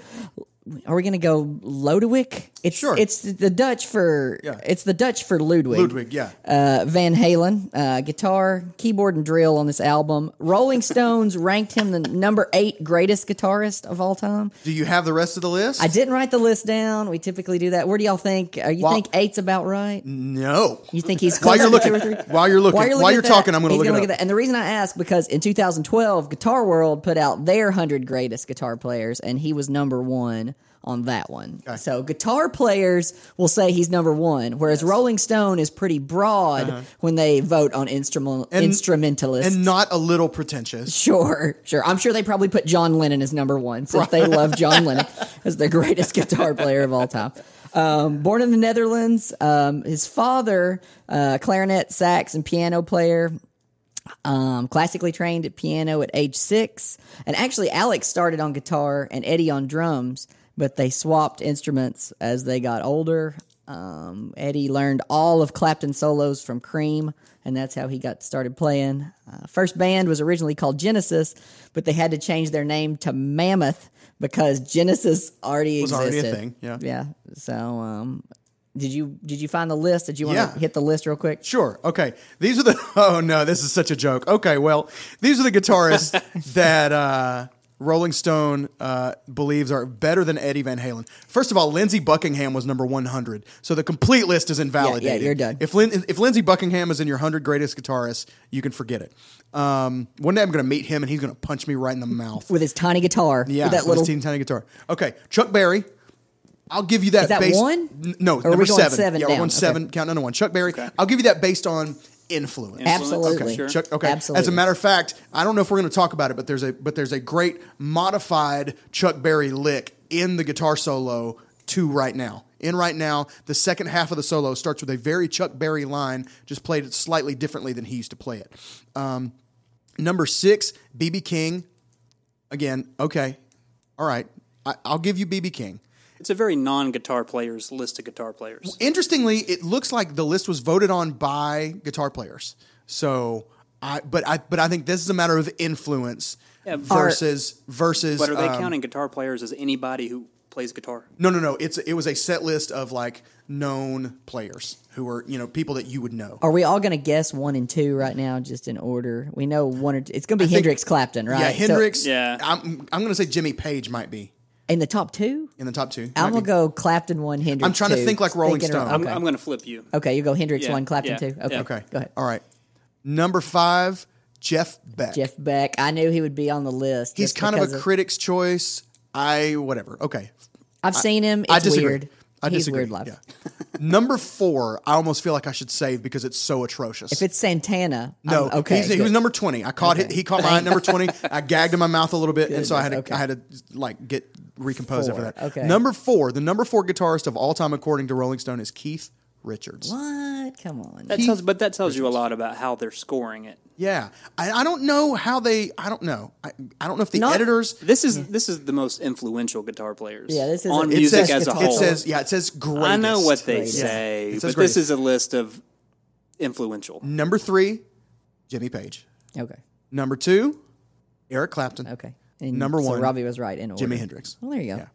B: Are we gonna go Lodewick? It's
A: Sure.
B: it's the Dutch for it's the Dutch for Ludwig.
A: Ludwig, yeah.
B: Uh, Van Halen, uh, guitar, keyboard, and drill on this album. Rolling Stones ranked him the number eight greatest guitarist of all time.
A: Do you have the rest of the list?
B: I didn't write the list down. We typically do that. Where do y'all think? Uh, you
A: Well-
B: think eight's about right?
A: No.
B: You think he's
A: While
B: closer
A: you're
B: to two
A: looking-
B: or three?
A: while you're looking- while you're
B: at
A: talking, I'm gonna
B: he's
A: look it
B: gonna
A: up.
B: that. And the reason I ask because in 2012, Guitar World put out their hundred greatest guitar players, and he was number one on that one. So guitar players will say he's number one, whereas Rolling Stone is pretty broad when they vote on instrumental instrumentalists.
A: Uh-huh. And not a little pretentious.
B: Sure, sure. I'm sure they probably put John Lennon as number one since they love John Lennon as their greatest guitar player of all time. Um, born in the Netherlands, um, his father, uh, clarinet, sax, and piano player, um, classically trained at piano at age six. And actually, Alex started on guitar and Eddie on drums, but they swapped instruments as they got older. Um, Eddie learned all of Clapton solos from Cream, and that's how he got started playing. Uh, first band was originally called Genesis, but they had to change their name to Mammoth because Genesis already
A: Was already a
B: existed.
A: thing, yeah.
B: yeah. So, um, did you did you find the list? Did you want
A: Yeah.
B: to hit the list real quick?
A: Sure. Okay. These are the. Oh no, this is such a joke. Okay. Well, these are the guitarists that uh, Rolling Stone uh, believes are better than Eddie Van Halen. First of all, Lindsey Buckingham was number one hundred, so the complete list is invalidated.
B: you're done.
A: If Lin- if Lindsey Buckingham is in your hundred greatest guitarists, you can forget it. Um, one day I'm going to meet him and he's going to punch me right in the mouth.
B: With his tiny guitar,
A: yeah,
B: with that
A: with
B: little
A: his teeny tiny guitar. Okay, Chuck Berry. I'll give you that.
B: that
A: based,
B: one?
A: N- no,
B: Or are we
A: number
B: going
A: seven.
B: seven
A: yeah,
B: down?
A: we're going
B: Okay.
A: seven. Count under one. Chuck Berry. I'll give you that based on influence.
B: Absolutely.
A: Okay.
B: Sure.
A: Chuck, okay. As a
B: Absolutely.
A: matter of fact, I don't know if we're going to talk about it, but there's a but there's a great modified Chuck Berry lick in the guitar solo to right now. In right now, the second half of the solo starts with a very Chuck Berry line, just played it slightly differently than he used to play it. Um, number six, BB King. Again, okay, all right, I, I'll give you BB King.
C: It's a very non-guitar players list of guitar players.
A: Interestingly, it looks like the list was voted on by guitar players. So, I but I but I think this is a matter of influence versus versus.
C: But are they
A: um,
C: counting guitar players as anybody who plays guitar?
A: No, no, no. It's it was a set list of like known players who were you know people that you would know.
B: Are we all going to guess one and two right now, just in order? We know one or two. It's going to be Hendrix Clapton, right?
A: Yeah,
B: So,
A: Hendrix.
C: Yeah.
A: I'm I'm gonna say Jimmy Page might be
B: in the top two,
A: in the top two.
B: I'm
A: Might
B: going to
A: be.
B: go Clapton one, Hendrix.
A: I'm trying to
B: two.
A: think like Rolling
B: Thinking around-
A: Stone.
C: I'm,
B: Okay.
C: I'm going to flip you.
A: Uh,
B: okay, you go Hendrix
C: Yeah,
B: one, Clapton
C: yeah,
B: two.
C: yeah.
B: Okay,
A: Okay.
B: go ahead.
A: All right. Number five, Jeff Beck.
B: Jeff Beck. I knew he would be on the list.
A: He's
B: just
A: kind of
B: because
A: a critic's choice. I whatever. Okay.
B: I've seen him. It's
A: I disagree.
B: weird.
A: I
B: He's
A: disagree.
B: weird live.
A: Yeah. Number four, I almost feel like I should save because it's so atrocious.
B: If it's Santana,
A: no,
B: I'm- okay,
A: he's- he
B: good.
A: was number twenty. I caught it. He caught my eye at number twenty. I gagged in my mouth a little bit, and so I had to, I had to like get recomposed after
B: Four,
A: that.
B: okay.
A: Number four, the number four guitarist of all time according to Rolling Stone is Keith Richards.
B: What? Come on.
C: That tells, but that tells you a lot about how they're scoring it.
A: Yeah, I, I don't know how they. I don't know. I, I don't know if the
B: Not-
A: editors.
C: This is this is the most influential guitar players.
B: Yeah, this is a-
C: on
B: It
A: It
C: music
A: says,
C: as a
A: it
C: whole.
A: says yeah. It says greatest.
C: I know what they
B: Greatest.
C: say,
A: It
C: but
A: says
C: this
A: greatest.
C: is a list of influential.
A: Number three, Jimmy Page.
B: okay.
A: Number two, Eric Clapton.
B: Okay. And
A: Number
B: so
A: one,
B: Robbie was right in order.
A: Jimi Hendrix.
B: Well, there you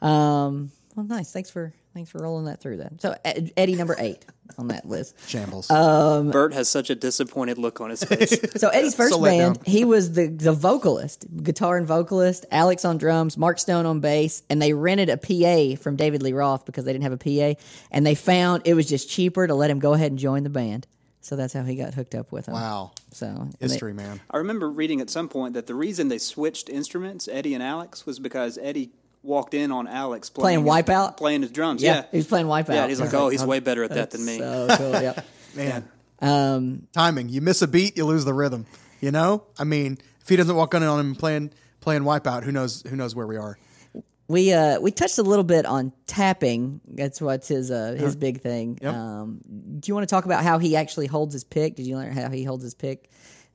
B: go. Um, well, nice. Thanks for thanks for rolling that through. Then. So Ed- Eddie number eight on that list.
A: Shambles.
B: Uh,
A: Mm.
C: Bert has such a disappointed look on his face.
B: So Eddie's first
A: So let
B: band,
A: down.
B: he was the the vocalist, guitar and vocalist. Alex on drums, Mark Stone on bass, and they rented a PA from David Lee Roth because they didn't have a PA, and they found it was just cheaper to let him go ahead and join the band. So that's how he got hooked up with him.
A: wow.
B: So and they-
A: History, man.
C: I remember reading at some point that the reason they switched instruments, Eddie and Alex, was because Eddie walked in on Alex
B: Playing
C: playing, his-
B: Wipeout?
C: playing his drums.
B: Yeah,
C: Yeah,
B: he was playing Wipeout.
C: Yeah, he's like,
B: Yeah.
C: oh, he's way better at that than me.
A: uh,
B: So cool. Yep.
A: Man,
B: Um,
A: timing. You miss a beat, you lose the rhythm. You know? I mean, if he doesn't walk in on him playing playing wipeout, who knows who knows where we are.
B: we uh we touched a little bit on tapping. That's what's his uh
A: Uh-huh.
B: his big thing. Um, do you want to talk about how he actually holds his pick? Did you learn how he holds his pick?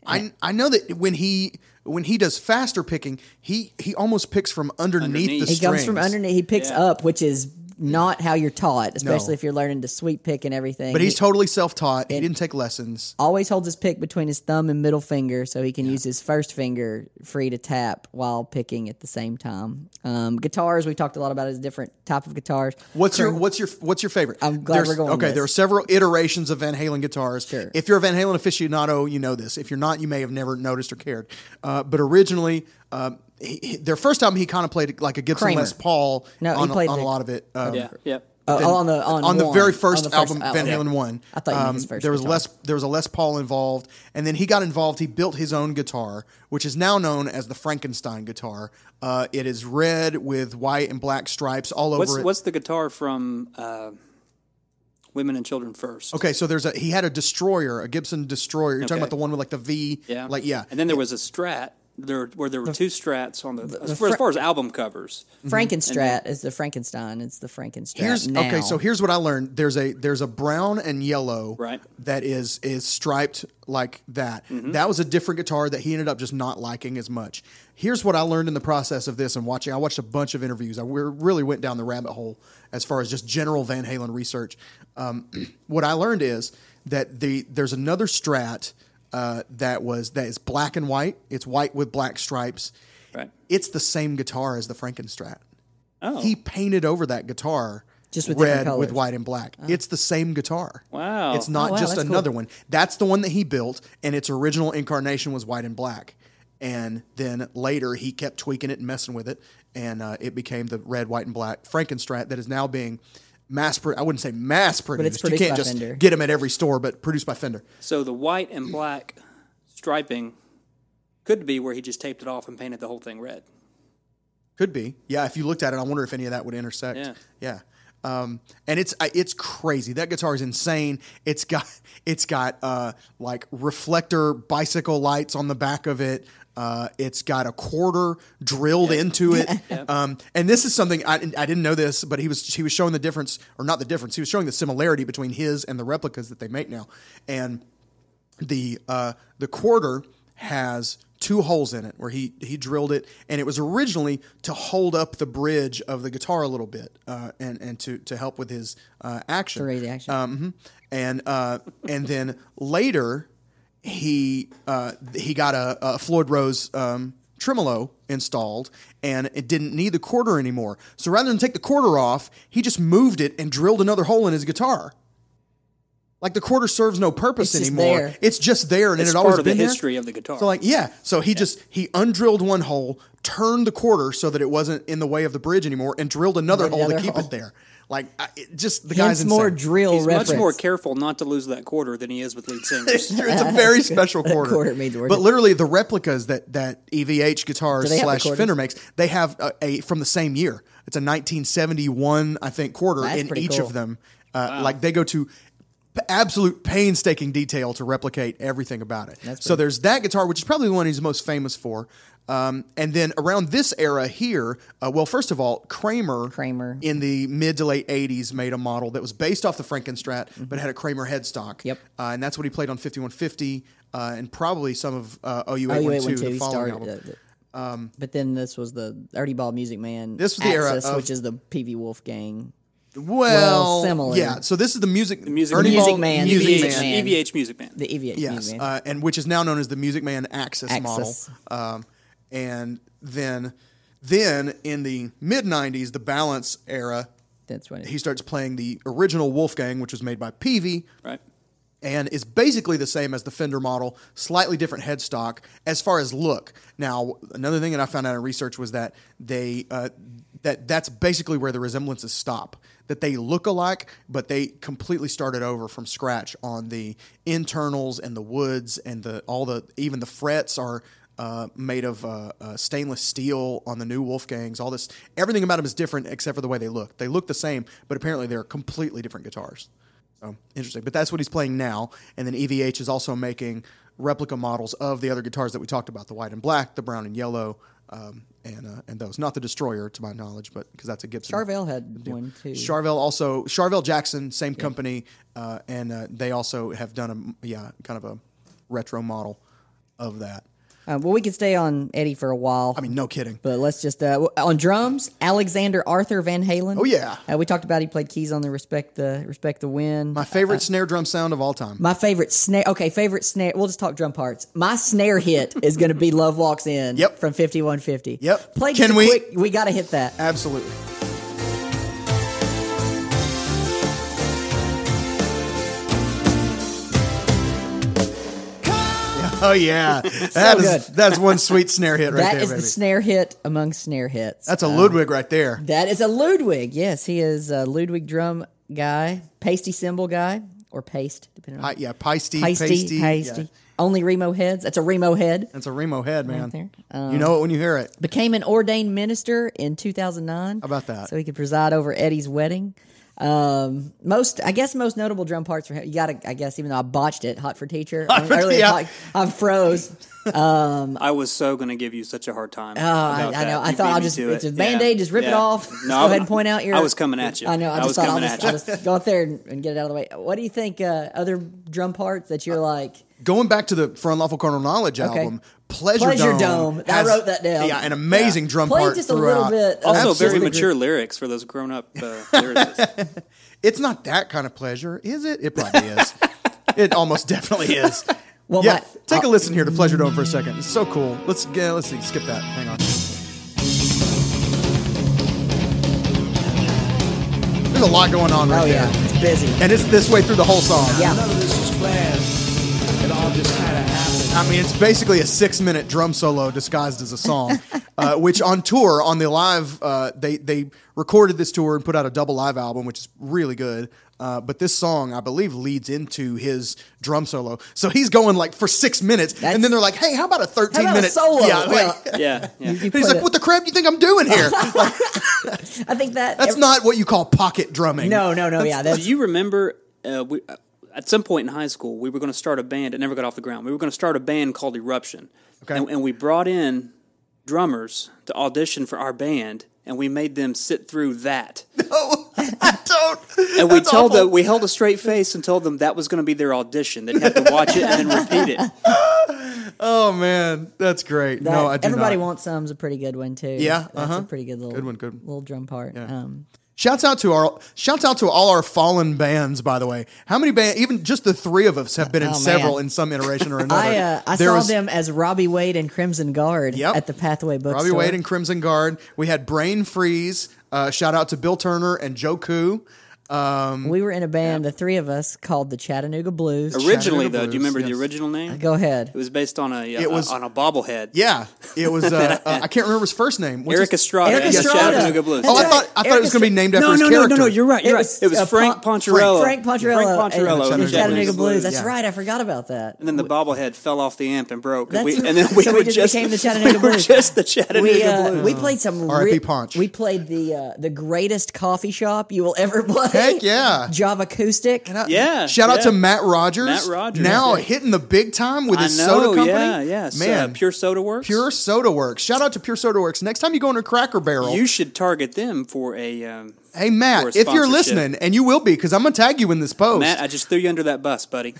A: I I know that when he when he does faster picking, he he almost picks from underneath,
C: Underneath.
A: the
B: He
A: strings.
B: comes from underneath. He picks
C: Yeah.
B: up, which is not how you're taught, especially if you're learning to sweep pick and everything.
A: But he's
B: He-
A: totally self-taught. He didn't take lessons.
B: always holds his pick between his thumb and middle finger so he can use his first finger free to tap while picking at the same time. Um, guitars, we talked a lot about his different type of guitars.
A: What's your what's your what's your favorite?
B: I'm glad
A: There's-
B: we're going
A: Okay,
B: this.
A: there are several iterations of Van Halen guitars.
B: Sure.
A: If you're a Van Halen aficionado, you know this. If you're not, you may have never noticed or cared. Uh, but originally, um, he, he- their first album, he kind of played like a Gibson
B: Kramer.
A: Les Paul
B: No, he
A: on, a-
B: played
A: on a
B: the-
A: lot of it. Um,
C: Yeah, yeah.
B: Oh,
A: than-
B: on the on,
A: the
B: one.
A: very
B: On
A: first,
B: the
A: album, Van Halen one. Um,
B: I thought you meant his first
A: there was
B: guitar.
A: less. There was a Les Paul involved, and then he got involved. He built his own guitar, which is now known as the Frankenstein guitar. Uh, it is red with white and black stripes all
C: What's
A: over it.
C: what's the guitar from uh, Women and Children First?
A: okay, so there's a he had a destroyer, a Gibson destroyer. You're talking
C: Okay.
A: about the one with like the V,
C: Yeah,
A: like yeah.
C: And then there was a Strat. There where there were two Strats on the, as,
B: fr-
C: far, as far as album covers.
B: Frankenstrat is the Frankenstein. It's the Frankenstrat.
A: Mm-hmm. Here's
B: now.
A: okay. So here's what I learned. There's a there's a brown and yellow
C: Right.
A: that is is striped like that. That was a different guitar that he ended up just not liking as much. Here's what I learned in the process of this and watching. I watched a bunch of interviews. I we- really went down the rabbit hole as far as just general Van Halen research. Um, what I learned is that the there's another Strat uh, that was that is black and white. It's white with black stripes.
C: Right.
A: It's the same guitar as the Frankenstrat.
C: Oh.
A: He painted over that guitar
B: Just with different
A: red
B: colors.
A: with white and black. It's the same guitar.
C: Wow.
A: It's not
B: Oh, wow,
A: just
B: that's
A: another
B: cool.
A: one. That's the one that he built and its original incarnation was white and black. And then later he kept tweaking it and messing with it and uh, it became the red, white and black Frankenstrat that is now being mass pro- I wouldn't say mass produced.
B: produced
A: you can't
B: by
A: just
B: Fender.
A: get them at every store but produced by Fender.
C: So the white and black striping could be where he just taped it off and painted the whole thing red.
A: Could be. Yeah, if you looked at it, I wonder if any of that would intersect.
C: Yeah.
A: Yeah. Um, and it's I- it's crazy. That guitar is insane. It's got it's got uh, like reflector bicycle lights on the back of it. Uh, it's got a quarter drilled into it. Um, and this is something I, I didn't know this, but he was he was showing the difference or not the difference. He was showing the similarity between his and the replicas that they make now. And the uh, the quarter has two holes in it where he he drilled it, and it was originally to hold up the bridge of the guitar a little bit, uh, and and to to help with his uh, action.
B: Crazy action.
A: Um, mhm. and uh, and then later he uh, he got a, a Floyd Rose um, tremolo installed, and it didn't need the quarter anymore. So rather than take the quarter off, he just moved it and drilled another hole in his guitar. Like the quarter serves no purpose
B: It's just
A: anymore.
B: there.
A: It's just there, and
C: It's
A: it had always
C: part of the
A: been there.
C: history of the guitar.
A: So like, yeah. So he just he undrilled one hole, turned the quarter so that it wasn't in the way of the bridge anymore, and drilled another hole
B: another
A: to keep
B: hole.
A: it there. Like, I, it just the guy's
B: Hence
A: insane.
B: more
A: Oh,
B: drill
C: He's
B: reference.
C: much more careful not to lose that quarter than he is with lead singers.
A: It's true. It's a very special quarter.
B: quarter made the word.
A: But literally, the replicas that that E EVH guitars
B: they have the
A: slash
B: quarter?
A: Fender makes, they have a, a from the same year. It's a 1971, I think, quarter
B: That's
A: in
B: pretty
A: each
B: cool.
A: of them. Uh, Like they go to p- absolute painstaking detail to replicate everything about it. so there's that guitar, which is probably the one he's most famous for. Um, and then around this era here, uh, well, first of all, Kramer,
B: Kramer.
A: in the mid to late '80s made a model that was based off the Frankenstrat, but had a Kramer headstock.
B: Mm-hmm. Yep.
A: Uh, and that's what he played on 5150 uh, and probably some of uh,
B: Oh, you
A: OU812,
B: went to
A: the
B: he
A: following
B: started.
A: album. Um,
B: it. but then this was the Ernie Ball Music Man.
A: This was the era
B: Axis,
A: of-
B: which is the PV Wolf gang.
A: well,
B: similar.
A: Yeah, so this is the music,
C: Music,
A: Ernie
B: Music
A: Ball-
B: Man,
A: Music
C: EVH,
A: Man.
B: Man.
C: EVH Music Man.
B: The EVH
A: Yes,
B: Music Man.
A: uh, and which is now known as the Music Man Axis, model.
B: Axis.
A: Um, and then, then in the mid '90s, the Balance era,
B: That's what it
A: he starts playing the original Wolfgang, which was made by Peavy.
C: Right.
A: and is basically the same as the Fender model, slightly different headstock as far as look. Now, another thing that I found out in research was that they uh, that that's basically where the resemblances stop. That they look alike, but they completely started over from scratch on the internals and the woods and the all the even the frets are uh, made of uh, uh, stainless steel on the new Wolfgangs. All this, everything about them is different except for the way they look. They look the same, but apparently they're completely different guitars. So interesting. But that's what he's playing now. And then EVH is also making replica models of the other guitars that we talked about: the white and black, the brown and yellow, um, and uh, and those. Not the Destroyer, to my knowledge, but because that's a Gibson.
B: Charvel had one too.
A: Charvel also Charvel Jackson, same company, uh, and uh, they also have done a yeah kind of a retro model of that.
B: Uh, well, we could stay on Eddie for a while.
A: I mean, no kidding.
B: But let's just uh, w- on drums, Alexander Arthur Van Halen. Oh
A: yeah.
B: uh, we talked about he played keys on the Respect the Respect the Wind.
A: My favorite snare drum sound of all time.
B: My favorite snare. Okay, favorite snare. We'll just talk drum parts. My snare hit is going to be "Love Walks In."
A: Yep.
B: From fifty one fifty.
A: Yep.
B: Play.
A: Can
B: just a
A: we-
B: Quick, we got to hit that.
A: Absolutely. Oh yeah, that is
B: good.
A: that's one sweet snare hit right
B: That is
A: there,
B: the
A: baby. Uh,
B: snare hit among snare hits.
A: that's a Ludwig right there.
B: That is a Ludwig. Yes, he is a Ludwig drum guy, pasty cymbal guy, or paste, depending on
A: Pi- yeah, pasty,
B: pasty,
A: pasty,
B: pasty.
A: yeah.
B: Only Remo heads. That's a Remo head.
A: That's a Remo head, man.
B: there. Um,
A: you know it when you hear it.
B: Became an ordained minister in 2009. How
A: about that?
B: So he could preside over Eddie's wedding. Um, most, I guess, most notable drum parts are you got to, I guess, even though I botched it, hot for teacher.
A: Hot for-
B: earlier,
A: yeah.
B: talk- I froze. Uh,
C: I was so going to give you such a hard time. Oh,
B: I know. I thought I'll just- it's a Band-Aid, just rip it off. Just go ahead and point out your-
C: I was coming at you.
B: I know. I, just
C: was
B: thought I'll
C: coming
B: just,
C: at you.
B: I'll just go out there and, and get it out of the way. What do you think? Uh, other drum parts that you're like,
A: Going back to the For Unlawful Carnal Knowledge album, Pleasure,
B: Pleasure
A: Dome.
B: Dome. I wrote that down.
A: Yeah, an amazing drum
B: Play
A: part
B: just a little
A: throughout.
B: bit.
C: also,
A: Absolutely.
C: very mature lyrics for those grown-up uh, lyricists.
A: It's not that kind of pleasure, is it? It probably is. it almost definitely is.
B: Well,
A: yeah,
B: my- uh,
A: take a
B: I'll-
A: listen here to Pleasure Dome for a second. It's so cool. Let's yeah, let's see. Skip that. Hang on. There's a lot going on right
B: Oh yeah,
A: there,
B: it's busy.
A: and it's this way through the whole song.
B: Yeah.
A: I mean, it's basically a six-minute drum solo disguised as a song, uh, which on tour, on the live, uh, they they recorded this tour and put out a double live album, which is really good. Uh, but this song, I believe, leads into his drum solo. So he's going like for six minutes,
B: That's-
A: and then they're like, "Hey, how about a
B: How
A: thirteen
B: about a
A: minute
B: solo?
A: Yeah, like-
B: Well,
C: yeah, yeah.
B: you
A: and he's
B: put
A: like,
B: it-
A: "What the crap do you think I'm doing here? Like,
B: I think that
A: that's not what you call pocket drumming."
B: No, no, no. Yeah,
C: Do
B: that's
C: you remember? Uh, we, uh, at some point in high school, we were going to start a band. It never got off the ground. We were going to start a band called Eruption.
A: Okay.
C: And, and we brought in drummers to audition for our band, and we made them sit through that.
A: I don't.
C: And we
A: That's
C: told
A: awful.
C: them we held a straight face and told them that was going to be their audition. They'd have to watch it and then repeat it.
A: Oh man, that's great.
B: that.
A: no, I do
B: Everybody
A: not.
B: wants some's a pretty good one too.
A: Yeah,
B: that's
A: uh-huh.
B: a pretty good little
A: Good one, good one.
B: little drum part. Um,
A: Shouts out to our shouts out to all our fallen bands, by the way. How many band even just the three of us have been in
B: Oh,
A: several
B: man.
A: in some iteration or another.
B: I uh, I
A: There
B: saw
A: was
B: them as Robbie Wade and Crimson Guard
A: Yep.
B: at the Pathway Bookstore.
A: Robbie Wade and Crimson Guard. We had Brain Freeze. Uh, shout out to Bill Turner and Joe Koo.
B: we were in a band, the three of us, called the Chattanooga Blues.
C: Originally, though, do
A: Blues,
C: you remember
A: yes.
C: the original name?
B: Go ahead.
C: It was based on a,
A: It
C: uh,
A: was-
C: on a bobblehead.
A: Yeah. It was uh, uh, I can't remember his first name. What's
C: Eric
A: his-
C: Estrada.
B: Eric
C: and the
B: Estrada.
C: Chattanooga Blues.
A: Oh, I
B: That's
A: thought
B: right.
A: I thought
B: Eric
A: it was gonna be
B: Estrada-
A: named after his character.
C: right.
B: It was,
C: It was
B: uh,
C: Frank
B: Pon-
C: Poncherello.
B: Frank Poncherello.
C: Frank Poncherello.
B: and
C: and
B: the
C: the
B: Chattanooga Blues. That's
A: Yeah.
B: right. I forgot about that.
C: And then the bobblehead fell off the amp and broke.
B: That's
C: and, we,
B: right.
C: and then we
B: So we
C: were
B: just
C: just,
B: became the Chattanooga
C: we were
B: Blues.
C: just the Chattanooga
B: we, uh,
C: Blues.
B: we played some
A: R.I.P.
B: ri-
A: Punch.
B: We played the uh, the greatest coffee shop you will ever play.
A: Heck yeah.
B: Job Acoustic.
C: Yeah.
A: Shout out
C: yeah.
A: to Matt Rogers.
C: Matt Rogers.
A: Now
C: Yeah.
A: hitting the big time with
C: I
A: his
C: know,
A: soda company.
C: Yeah, yeah. So,
A: Man,
C: uh, Pure Soda Works.
A: Pure Soda Works. Shout out to Pure Soda Works. Next time you go into Cracker Barrel,
C: You should target them for a. Um,
A: Hey Matt,
C: for a
A: if you're
C: sponsorship.
A: listening, and you will be, because I'm gonna tag you in this post.
C: Matt, I just threw you under that bus, buddy.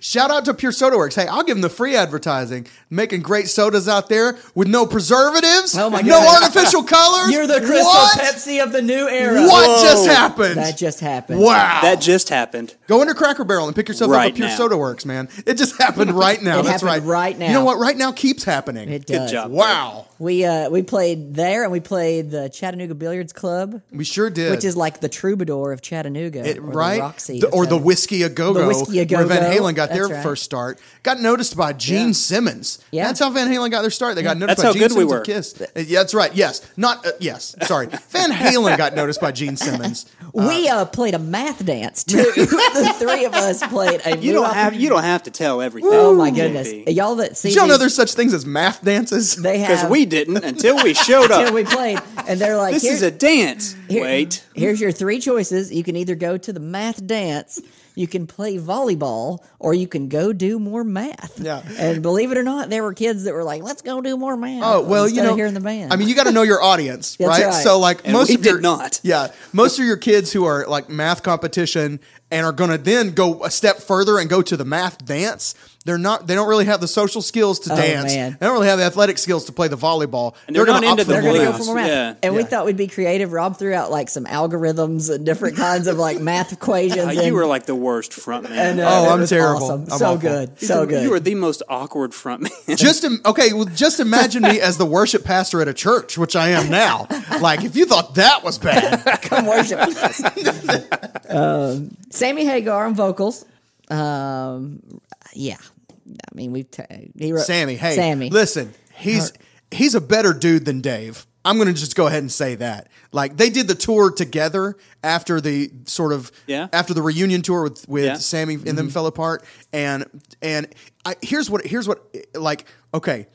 A: Shout out to Pure Soda Works. Hey, I'll give them the free advertising, making great sodas out there with no preservatives,
B: Oh my
A: no
B: God.
A: artificial colors.
B: You're the crystal
A: what?
B: Pepsi of the new era.
A: What just happened?
B: That just happened.
A: wow.
C: That just happened.
A: Go into Cracker Barrel and pick yourself up
C: Right
A: a Pure
C: now.
A: Soda Works, man. It just happened right now.
B: It
A: That's
B: happened
A: right.
B: right
A: You
B: now.
A: know what? Right now keeps happening.
B: It
C: Good
B: does.
C: job.
A: Wow.
B: We uh, we played there, and we played the Chattanooga Billiards Club,
A: We sure did.
B: which is like the Troubadour of Chattanooga,
A: It-
B: or
A: right?
B: The Roxy,
A: The-
B: of
A: or the
B: Chattanooga.
A: Whiskey a Go Go,
B: The Whiskey A
A: where Van
B: Go-Go.
A: Halen got their
B: That's right.
A: first start. Got noticed by Gene Simmons.
B: Yeah.
A: That's how Van Halen got their start. They got noticed
C: That's
A: by
C: how
A: Gene
C: good we
A: Simmons
C: were.
A: of Kiss. Uh, Yeah, that's right. Yes. Not, uh, yes. Sorry. Van Halen got noticed by Gene Simmons.
B: we uh, played a math dance too. the three of us played a.
C: You don't have you don't have to tell everything.
B: Oh my goodness! Y'all that see
A: Did y'all know
B: these-
A: there's such things as math dances?
B: they have
C: Because we didn't until we showed
B: until
C: up.
B: we played, and they're like,
C: this
B: "Here-
C: is a dance.
B: here-
C: Wait.
B: here's your three choices. You can either go to the math dance, you can play volleyball, or you can go do more math."
A: Yeah.
B: and believe it or not, there were kids that were like, "Let's go do more math."
A: Oh well, you
B: instead of
A: know,
B: hearing the band.
A: I mean, you got to know your audience,
B: That's
A: right?
B: right.
A: So like
C: And
A: most
C: we
A: of your
C: did not.
A: yeah, most of your kids who are like math competition and are going to then go a step further and go to the math dance. They're not. They don't really have the social skills to dance.
B: Oh, man.
A: They don't really have the athletic skills to play the volleyball.
C: And they're
A: gonna
C: not
A: opt
C: into
A: for
C: the
B: They're going to
A: more
B: go
A: math.
B: for
C: Yes,
B: more math.
C: yeah.
B: And we
A: Yeah.
B: thought we'd be creative. Rob threw out like some algorithms and different kinds of like math equations.
C: Uh,
B: and-
C: you were like the worst front man.
B: and, uh,
A: Oh,
B: it
A: I'm
B: was
A: terrible.
B: awesome.
A: I'm
B: so
A: awful.
B: good. So good.
C: You were the most awkward front man.
A: Just im- okay. Well, just imagine me as the worship pastor at a church, which I am now. Like, if you thought that was bad,
B: come worship us. Um, Sammy Hagar on vocals. Um, yeah, I mean we've ta he wrote,
A: Sammy, hey,
B: Sammy.
A: listen, he's he's a better dude than Dave. I'm going to just go ahead and say that. Like they did the tour together after the sort of
C: Yeah.
A: after the reunion tour with with
C: Yeah. Mm-hmm.
A: Sammy and them fell apart and and I, here's what here's what like okay,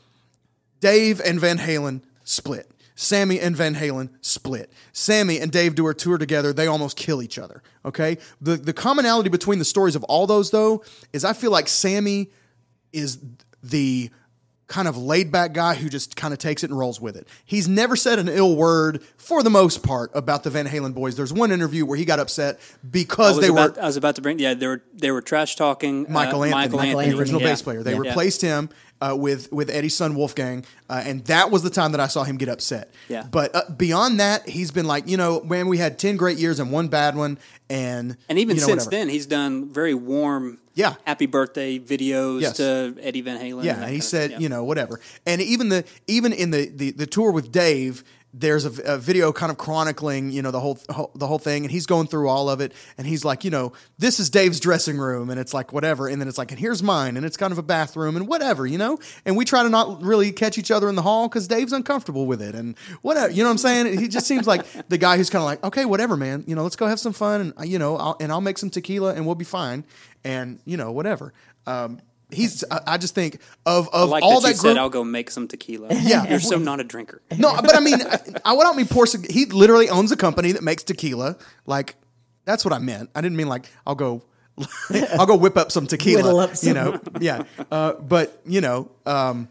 A: Dave and Van Halen split. Sammy and Van Halen split. Sammy and Dave do a tour together. They almost kill each other. Okay. The the commonality between the stories of all those though is I feel like Sammy is the kind of laid back guy who just kind of takes it and rolls with it. He's never said an ill word for the most part about the Van Halen boys. There's one interview where he got upset
C: I
A: because
C: Oh, was
A: they
C: about,
A: were
C: I was about to bring. Yeah, they were they were trash talking. uh,
A: Michael Anthony,
C: Michael Anthony,
A: the original
C: yeah.
A: bass player. They
C: Yeah.
A: replaced him uh, with with Eddie's son Wolfgang, uh, and that was the time that I saw him get upset.
C: Yeah.
A: But uh, beyond that, he's been like, you know, man, we had ten great years and one bad one, and
C: And even
A: you know,
C: since
A: whatever.
C: then, he's done very warm,
A: Yeah.
C: happy birthday videos
A: Yes.
C: to Eddie Van Halen.
A: yeah, he said, you know, whatever. And even the even in the the, the tour with Dave. There's a, v- a video kind of chronicling, you know, the whole, whole the whole thing, and he's going through all of it, and he's like, you know, this is Dave's dressing room, and it's like whatever, and then it's like, and here's mine, and it's kind of a bathroom, and whatever, you know, and we try to not really catch each other in the hall because Dave's uncomfortable with it, and whatever, you know what I'm saying? He just seems like the guy who's kind of like, okay, whatever, man, you know, let's go have some fun, and uh, you know, I'll, and I'll make some tequila, and we'll be fine, and you know, whatever. Um, he's I, I just think of of
C: like
A: all
C: that,
A: that,
C: you
A: group.
C: said, I'll go make some tequila.
A: Yeah.
C: you're so not a drinker.
A: no, but I mean, I, I don't mean pour. cig- He literally owns a company that makes tequila. Like that's what I meant. I didn't mean like I'll go. I'll go whip up some
B: Whittle
A: tequila.
B: up
A: You
B: some.
A: know, yeah. Uh, but you know, um,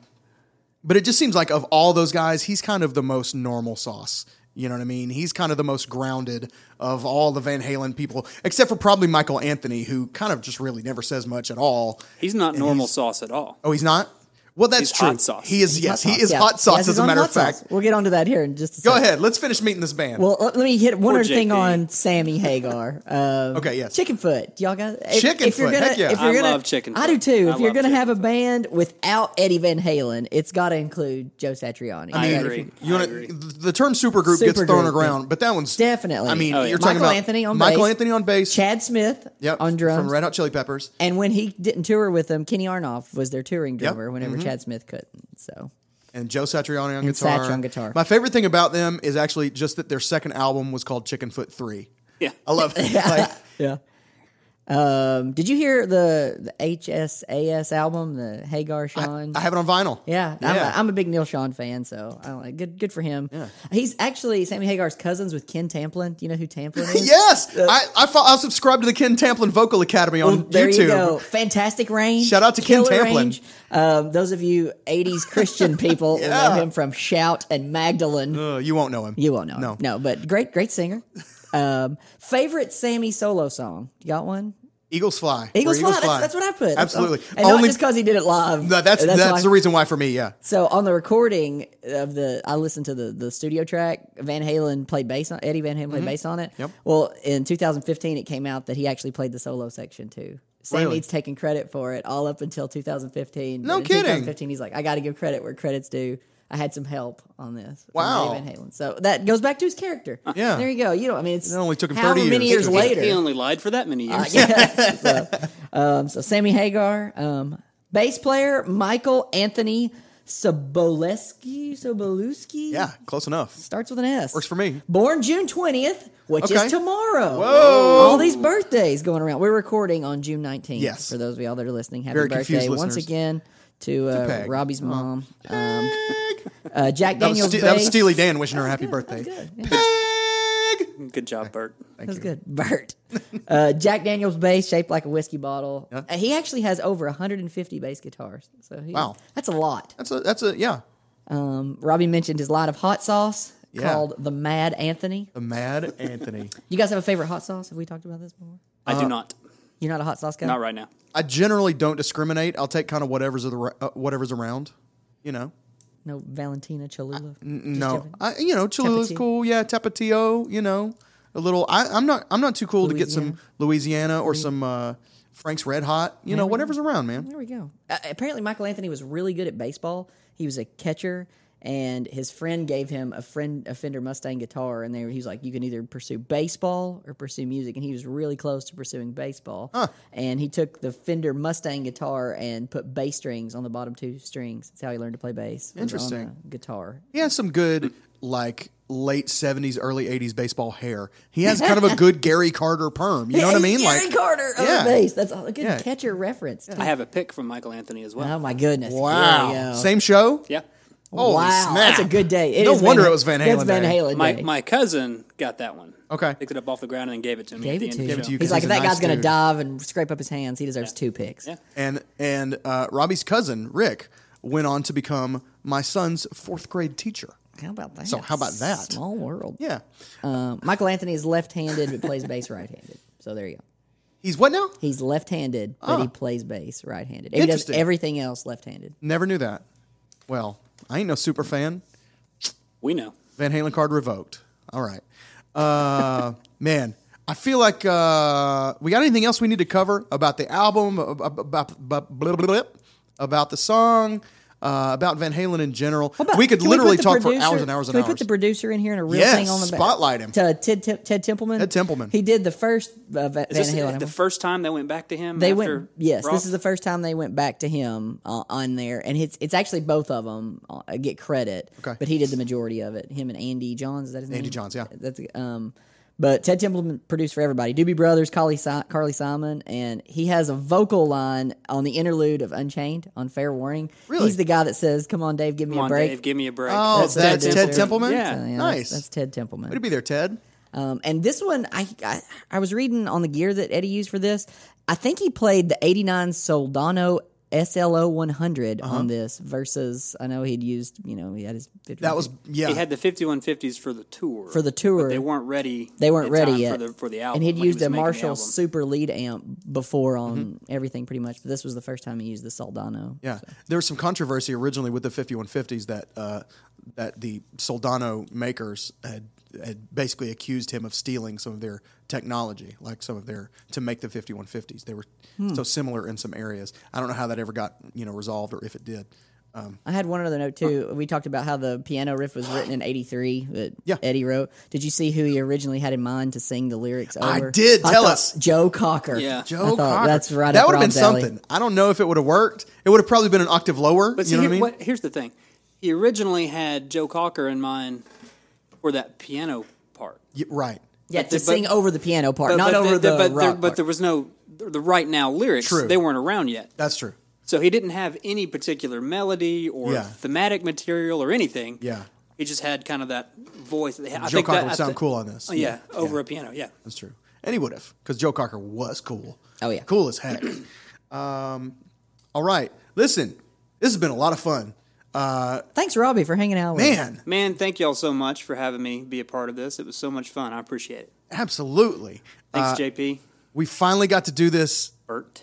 A: but it just seems like of all those guys, he's kind of the most normal sauce. You know what I mean? He's kind of the most grounded of all the Van Halen people, except for probably Michael Anthony, who kind of just really never says much at all.
C: He's not normal sauce at all.
A: Oh, he's not. Well, that's
C: He's
A: true.
C: hot sauce.
A: He is.
B: Hot
A: yes, he
B: sauce,
A: is
B: yeah.
A: hot
B: Yes,
A: sauce.
B: he's
A: as a
B: on
A: matter
B: hot
A: of fact.
B: sauce. we'll get onto that here in just a
A: Go
B: second.
A: ahead. Let's finish meeting this band.
B: Well, let let me hit one
C: Poor
B: other thing
C: JP.
B: on Sammy Hagar. Um,
A: Okay, yes.
B: Chicken Foot. Y'all got if,
A: Chicken
B: if you're
A: Foot,
B: gonna,
A: heck yeah.
B: If you're
C: I
B: gonna,
C: love Chicken
B: I do
C: Foot.
B: too.
C: I
B: if you're
C: love
B: gonna have a
C: Chicken
B: band without Eddie Van Halen, it's got to include Joe Satriani.
C: I
B: You gotta-
C: agree.
A: you
C: I
A: want
C: agree.
A: the term supergroup gets
B: Supergroup,
A: thrown
B: yeah.
A: around, but that one's
B: Definitely.
A: I mean,
B: Oh,
C: yeah.
A: you're talking
B: Michael
A: about
B: Anthony on
A: Michael
B: bass.
A: Anthony on bass.
B: Chad Smith
A: yep,
B: on drums.
A: from Red Hot Chili Peppers.
B: And when he didn't tour with them, Kenny Arnoff was their touring drummer
A: Mm-hmm.
B: whenever Chad Smith couldn't. So
A: and Joe Satriani on
B: And
A: guitar.
B: Satch on guitar.
A: My favorite thing about them is actually just that their second album was called Chicken Foot Three.
C: Yeah.
A: I love it. Like,
B: yeah. Um, did you hear the, the HSAS album, the Hagar Sean?
A: I have it on vinyl.
B: yeah,
A: Yeah.
B: I'm, a, I'm a big Neil Sean fan, so I like good. Good for him. He's actually Sammy Hagar's cousins with Ken Tamplin. Do you know who Tamplin is?
A: Yes, I I, fo- I subscribe to the Ken Tamplin Vocal Academy on
B: Uh, Well, there
A: YouTube.
B: you go. Fantastic range.
A: Shout out to Ken
B: Killer
A: Tamplin.
B: range. Um, those of you '80s Christian people will know him from Shout and Magdalene.
A: Uh, you won't know him.
B: You won't know.
A: No.
B: No, no, but great, great singer. Um, favorite Sammy solo song? You got one?
A: Eagles Fly. Where
B: Eagles Fly. That's, that's what I put. That's-
A: Absolutely.
B: and not
A: Only-
B: just because he did it live.
A: No, that's that's,
B: why.
A: the reason why for me. Yeah.
B: So on the recording of the, I listened to the the studio track. Van Halen played bass on Eddie Van Halen played bass on it.
A: Mm-hmm. Yep.
B: Well, in 2015, it came out that he actually played the solo section too. Sammy's
A: Really?
B: taking credit for it all up until 2015.
A: No
B: But in
A: kidding.
B: 2015, he's like, I got to give credit where credits due. I had some help on this. from
A: Wow.
B: Eddie Van Halen. So that goes back to his character.
A: Yeah.
B: There you go. You know, I mean, it's
A: It only took him
B: however
A: 30
B: many
A: years
B: years
A: to
C: He- He
B: later. Uh,
C: only lied for that many years.
B: Yeah. so, um, so Sammy Hagar, um, bass player Michael Anthony Sobolewski. Sobolewski.
A: Yeah, close enough.
B: Starts with an S.
A: Works for me.
B: Born June 20th, which
A: Okay.
B: is tomorrow.
A: Whoa.
B: All these birthdays going around. We're recording on June 19th.
A: Yes.
B: For those of y'all that are listening, happy
A: Very confused
B: birthday once
A: listeners.
B: again to uh,
A: Peg. Oh.
B: Robbie's mom. Um, uh, Jack
A: That was,
B: Daniels.
A: Ste- that was
B: bass.
A: Steely Dan wishing her a happy
B: That
A: birthday.
B: was good. Yeah,
C: Good job, Bert.
B: that was good. Bert. Uh, Jack Daniels bass shaped like a whiskey bottle. Uh, He actually has over 150 bass guitars. So he,
A: Wow.
B: That's a lot.
A: That's a that's a yeah.
B: Um, Robbie mentioned his line of hot sauce
A: Yeah.
B: called the Mad Anthony.
A: The Mad Anthony.
B: You guys have a favorite hot sauce? Have we talked about this before?
C: I do not.
B: You're not a hot sauce guy.
C: Not right now.
A: I generally don't discriminate. I'll take kind of whatever's of the, ra- uh, whatever's around. You know.
B: No Valentina Cholula.
A: No, I, you know, Cholula's
B: Tapatio.
A: cool. Yeah, Tapatio. You know, a little. I, I'm not. I'm not too cool to get some Louisiana or some uh, Frank's Red Hot. You know, whatever's around, man.
B: There we go. Uh, apparently, Michael Anthony was really good at baseball. He was a catcher, and his friend gave him a friend a Fender Mustang guitar, and they, were- he was like, "You can either pursue baseball or pursue music." And he was really close to pursuing baseball. And he took the Fender Mustang guitar and put bass strings on the bottom two strings. That's how he learned to play bass. was on
A: Interesting.
B: a guitar.
A: He has some good like late '70s, early '80s baseball hair. He has kind of a good Gary Carter perm. You know what I mean?
B: Gary
A: Like,
B: Carter on
A: Yeah.
B: bass. That's a good
A: Yeah.
B: catcher reference. too.
C: I have a pick from Michael Anthony as well.
B: Oh my goodness! There you
A: wow.
B: go.
A: Same show.
C: Yeah.
A: Holy
B: wow,
A: snap.
B: that's a good day. It
A: no
B: is Van
A: wonder
B: Hal-
A: it was Van Halen.
B: That's Van
A: day.
B: Halen.
C: My
B: day.
C: my cousin got that one.
A: Okay.
C: Picked it up off the ground and then gave it to me. at
B: gave
C: the
B: it
C: end
B: to
C: of
B: you.
C: the show.
A: you
B: He's
A: 'cause
B: like,
A: he's a
B: if that
A: nice
B: guy's going to
A: dude.
B: dive and scrape up his hands, he deserves two picks.
C: Yeah.
A: and and uh, Robbie's cousin Rick went on to become my son's fourth grade teacher.
B: How about that?
A: So how about that?
B: Small world.
A: Yeah,
B: Um, Michael Anthony is left-handed but plays bass right-handed. So there you go.
A: he's what now?
B: He's left-handed, but he plays bass right-handed. He does
A: Ah. Interesting.
B: everything else left-handed.
A: Never knew that. Well, I ain't no super fan.
C: We know.
A: Van Halen card revoked. All right, uh, man. I feel like uh, we got anything else we need to cover about the album, ab- ab- about about, blah, blah, blah, about the song, uh, about Van Halen in general.
B: How about-
A: we could
B: can put
A: literally
B: the
A: talk for
B: producer-
A: hours and hours and
B: can
A: hours.
B: we put the producer in here and a real
A: Yes,
B: thing on the back?
A: spotlight him.
B: To Ted, Ted, Ted Templeman.
A: Ted Templeman.
B: He did the first uh, Va-
C: Is
B: Van
C: this
B: Halen.
C: the
B: album.
C: first time they went back to him?
B: They
C: after
B: went. Yes,
C: Roth?
B: this is the first time they went back to him uh, on there, and it's it's actually both of them uh, get credit.
A: Okay.
B: but he did the majority of it. Him and Andy Johns. Is that his name?
A: Andy Johns, yeah.
B: That's um. But Ted Templeman produced for everybody: Doobie Brothers, Carly, si- Carly Simon, and he has a vocal line on the interlude of Unchained on Fair Warning.
A: Really?
B: he's the guy that says, "Come on, Dave, give me
C: Come
B: a
C: on,
B: break."
C: Dave, give me a break.
A: Oh, that's, Ted,
B: Templeman.
A: Templeman.
C: Yeah.
B: So, yeah, that's-
A: nice.
B: That's, Ted Templeman.
A: Way to be there, Ted.
B: Um, and this one, I, I I was reading on the gear that Eddie used for this. I think he played the '89 Soldano SLO 100
C: Uh-huh.
B: on this versus I know he'd used you know he had his
A: That was yeah.
C: He had the 5150s for the tour.
B: for the tour.
C: They weren't ready.
B: They weren't
C: in
B: ready
C: time
B: yet
C: for the, for the album.
B: and he'd
C: when he
B: used
C: was
B: a
C: making the
B: Marshall
C: album. Mm-hmm.
B: Super lead amp before on everything pretty much. But this was the first time he used the Soldano.
A: Yeah, there was some controversy originally with the 5150s that uh, that the Soldano makers had had basically accused him of stealing some of their technology, like some of their to make the 5150s. They were
C: Hmm.
A: so similar in some areas. I don't know how that ever got you know resolved or if it did.
B: I had one other note too. We talked about how the piano riff was written in '83 that
A: Yeah.
B: Eddie wrote. Did you see who he originally had in mind to sing the lyrics? Over?
A: I did. Tell
B: thought
A: us.
B: Joe Cocker.
C: Yeah.
A: Joe
B: I thought
A: Cocker.
B: That's right.
A: That
B: up
A: would have been
B: Rob's alley.
A: something. I don't know if it would have worked. It would have probably been an octave lower.
C: But see,
A: you know
C: here-
A: what I mean?
C: what- here's the thing. He originally had Joe Cocker in mind for that piano part.
A: Y- right.
B: Yeah,
C: But
B: to
C: the-
B: sing
C: but-
B: over the piano part,
C: But-
B: not
C: but
B: over the,
C: but, there,
B: rock
C: but there
B: part.
C: was no the the right now lyrics.
A: True.
C: They weren't around yet.
A: That's true.
C: So he didn't have any particular melody or
A: Yeah.
C: thematic material or anything.
A: Yeah.
C: He just had kind of that voice. I
A: Joe
C: think
A: Cocker
C: that,
A: would
C: I
A: sound
C: thi-
A: cool on this.
C: Oh, yeah, over a piano. Yeah.
A: That's true. And he would have, because Joe Cocker was cool.
B: Oh, yeah.
A: Cool as heck. um, all right. Listen, this has been a lot of fun.
B: Thanks, Robbie, for hanging out. with us.
A: Man,
C: Man, thank y'all so much for having me be a part of this. It was so much fun. I appreciate it.
A: absolutely.
C: Thanks, JP.
A: We finally got to do this
C: Bert.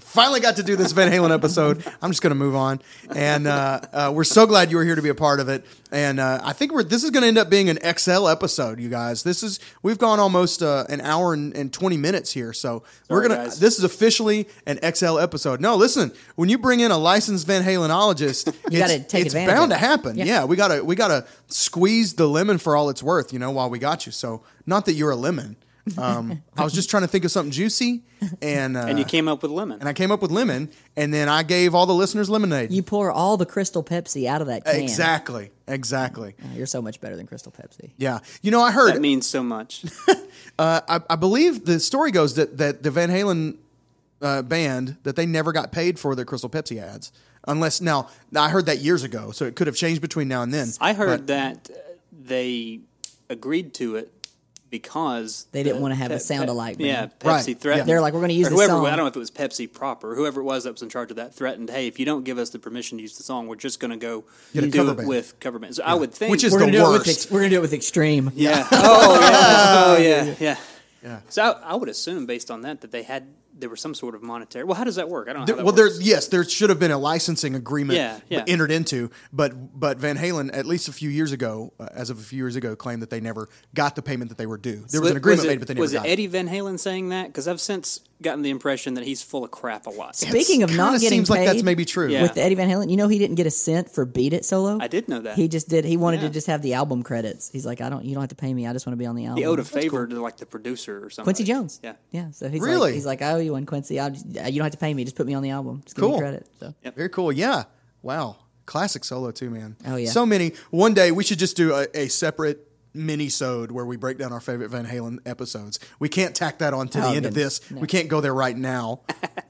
A: finally got to do this Van Halen episode. I'm just going to move on, and uh, uh, we're so glad you were here to be a part of it. And uh, I think we're this is going to end up being an XL episode, you guys. This is we've gone almost uh, an hour and, and 20 minutes here, so we're
C: Sorry,
A: gonna.
C: guys.
A: This is officially an XL episode. No, listen, when you bring in a licensed Van Halenologist, you
B: gotta take
A: it's
B: advantage of
A: bound to
B: it.
A: happen. Yeah. we gotta we gotta squeeze the lemon for all it's worth. You know, while we got you. So not that you're a lemon. Um, I was just trying to think of something juicy, and uh,
C: and you came up with lemon.
A: and I came up with lemon, and then I gave all the listeners lemonade.
B: You pour all the Crystal Pepsi out of that can.
A: exactly, exactly.
B: You're so much better than Crystal Pepsi.
A: Yeah, you know, I heard.
C: that means so much.
A: I, I believe the story goes that that the Van Halen uh, band that they never got paid for their Crystal Pepsi ads, unless now I heard that years ago, so it could have changed between now and then.
C: I heard that uh, they agreed to it because
B: They didn't wanna have a sound alike band.
C: Yeah, Pepsi
A: Right, yeah.
C: threatened.
B: They're like, "We're gonna use
C: or
B: this
C: whoever,
B: song."
C: I don't know if it was Pepsi proper, whoever it was that was in charge of that threatened, "Hey, if you don't give us the permission to use the song, we're just going to go
A: Get a
C: do
A: cover
C: it
A: band.
C: with cover bands." So I would think,
A: Which is
B: We're
A: the
B: gonna, do it with
A: worst.
B: ex- we're gonna do it with extreme.
C: yeah, oh yeah, oh yeah, yeah. So I, I would assume based on that that they had there was some sort of monetary. Well, how does that work? I don't know.
A: There-
C: how that
A: well,
C: works.
A: there's yes, there should have been a licensing agreement
C: Yeah, yeah.
A: entered into, but but Van Halen, at least a few years ago, uh, as of a few years ago, claimed that they never got the payment that they were due. There was an agreement
C: it,
A: made, but they never
C: was it
A: got
C: Eddie Van Halen saying that? Because I've since gotten the impression that he's full of crap a lot.
B: Speaking of
A: Kinda
B: not getting
A: seems like that's
B: paid
A: maybe true.
C: Yeah.
B: with Eddie Van Halen, you know he didn't get a cent for "Beat It" solo.
C: I did know that.
B: He just did. He wanted
C: Yeah.
B: to just have the album credits. He's like, I don't. You don't have to pay me. I just want to be on the album.
C: He owed a favor to like the producer or something.
B: Quincy Jones.
C: Yeah.
B: yeah. So he's
A: Really?
B: like, he's like, I owe you one, Quincy. I'll just, you don't have to pay me. Just put me on the album. Just give
A: Cool.
B: me credit. So
A: Very cool. Yeah. Wow. Classic solo too, man.
B: Oh, yeah.
A: So many. One day we should just do a, a separate mini-sode where we break down our favorite Van Halen episodes. We can't tack that on to the
B: Oh,
A: end of
B: goodness.
A: this. We can't go there right now.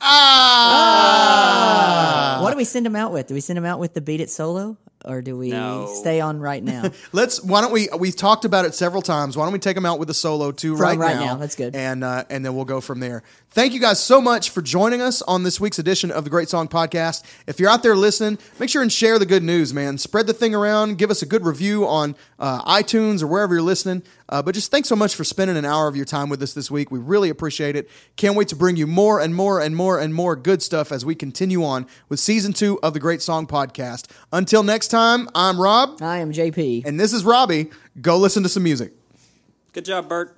A: ah!
B: what do we send him out with? Do we send him out with the "Beat It" solo, or do we
C: No.
B: stay on right now?
A: Let's. Why don't we? We've talked about it several times. Why don't we take them out with a solo too right,
B: right now, that's good.
A: And uh, and then we'll go from there. Thank you guys so much for joining us on this week's edition of the Great Song Podcast. If you're out there listening, make sure and share the good news, man. Spread the thing around. Give us a good review on uh, iTunes or wherever you're listening. Uh, but just thanks so much for spending an hour of your time with us this week. We really appreciate it. Can't wait to bring you more and more and more and more good stuff as we continue on with season two of the Great Song Podcast. Until next time, I'm Rob.
B: I am JP.
A: And this is Robbie. Go listen to some music.
C: Good job, Bert.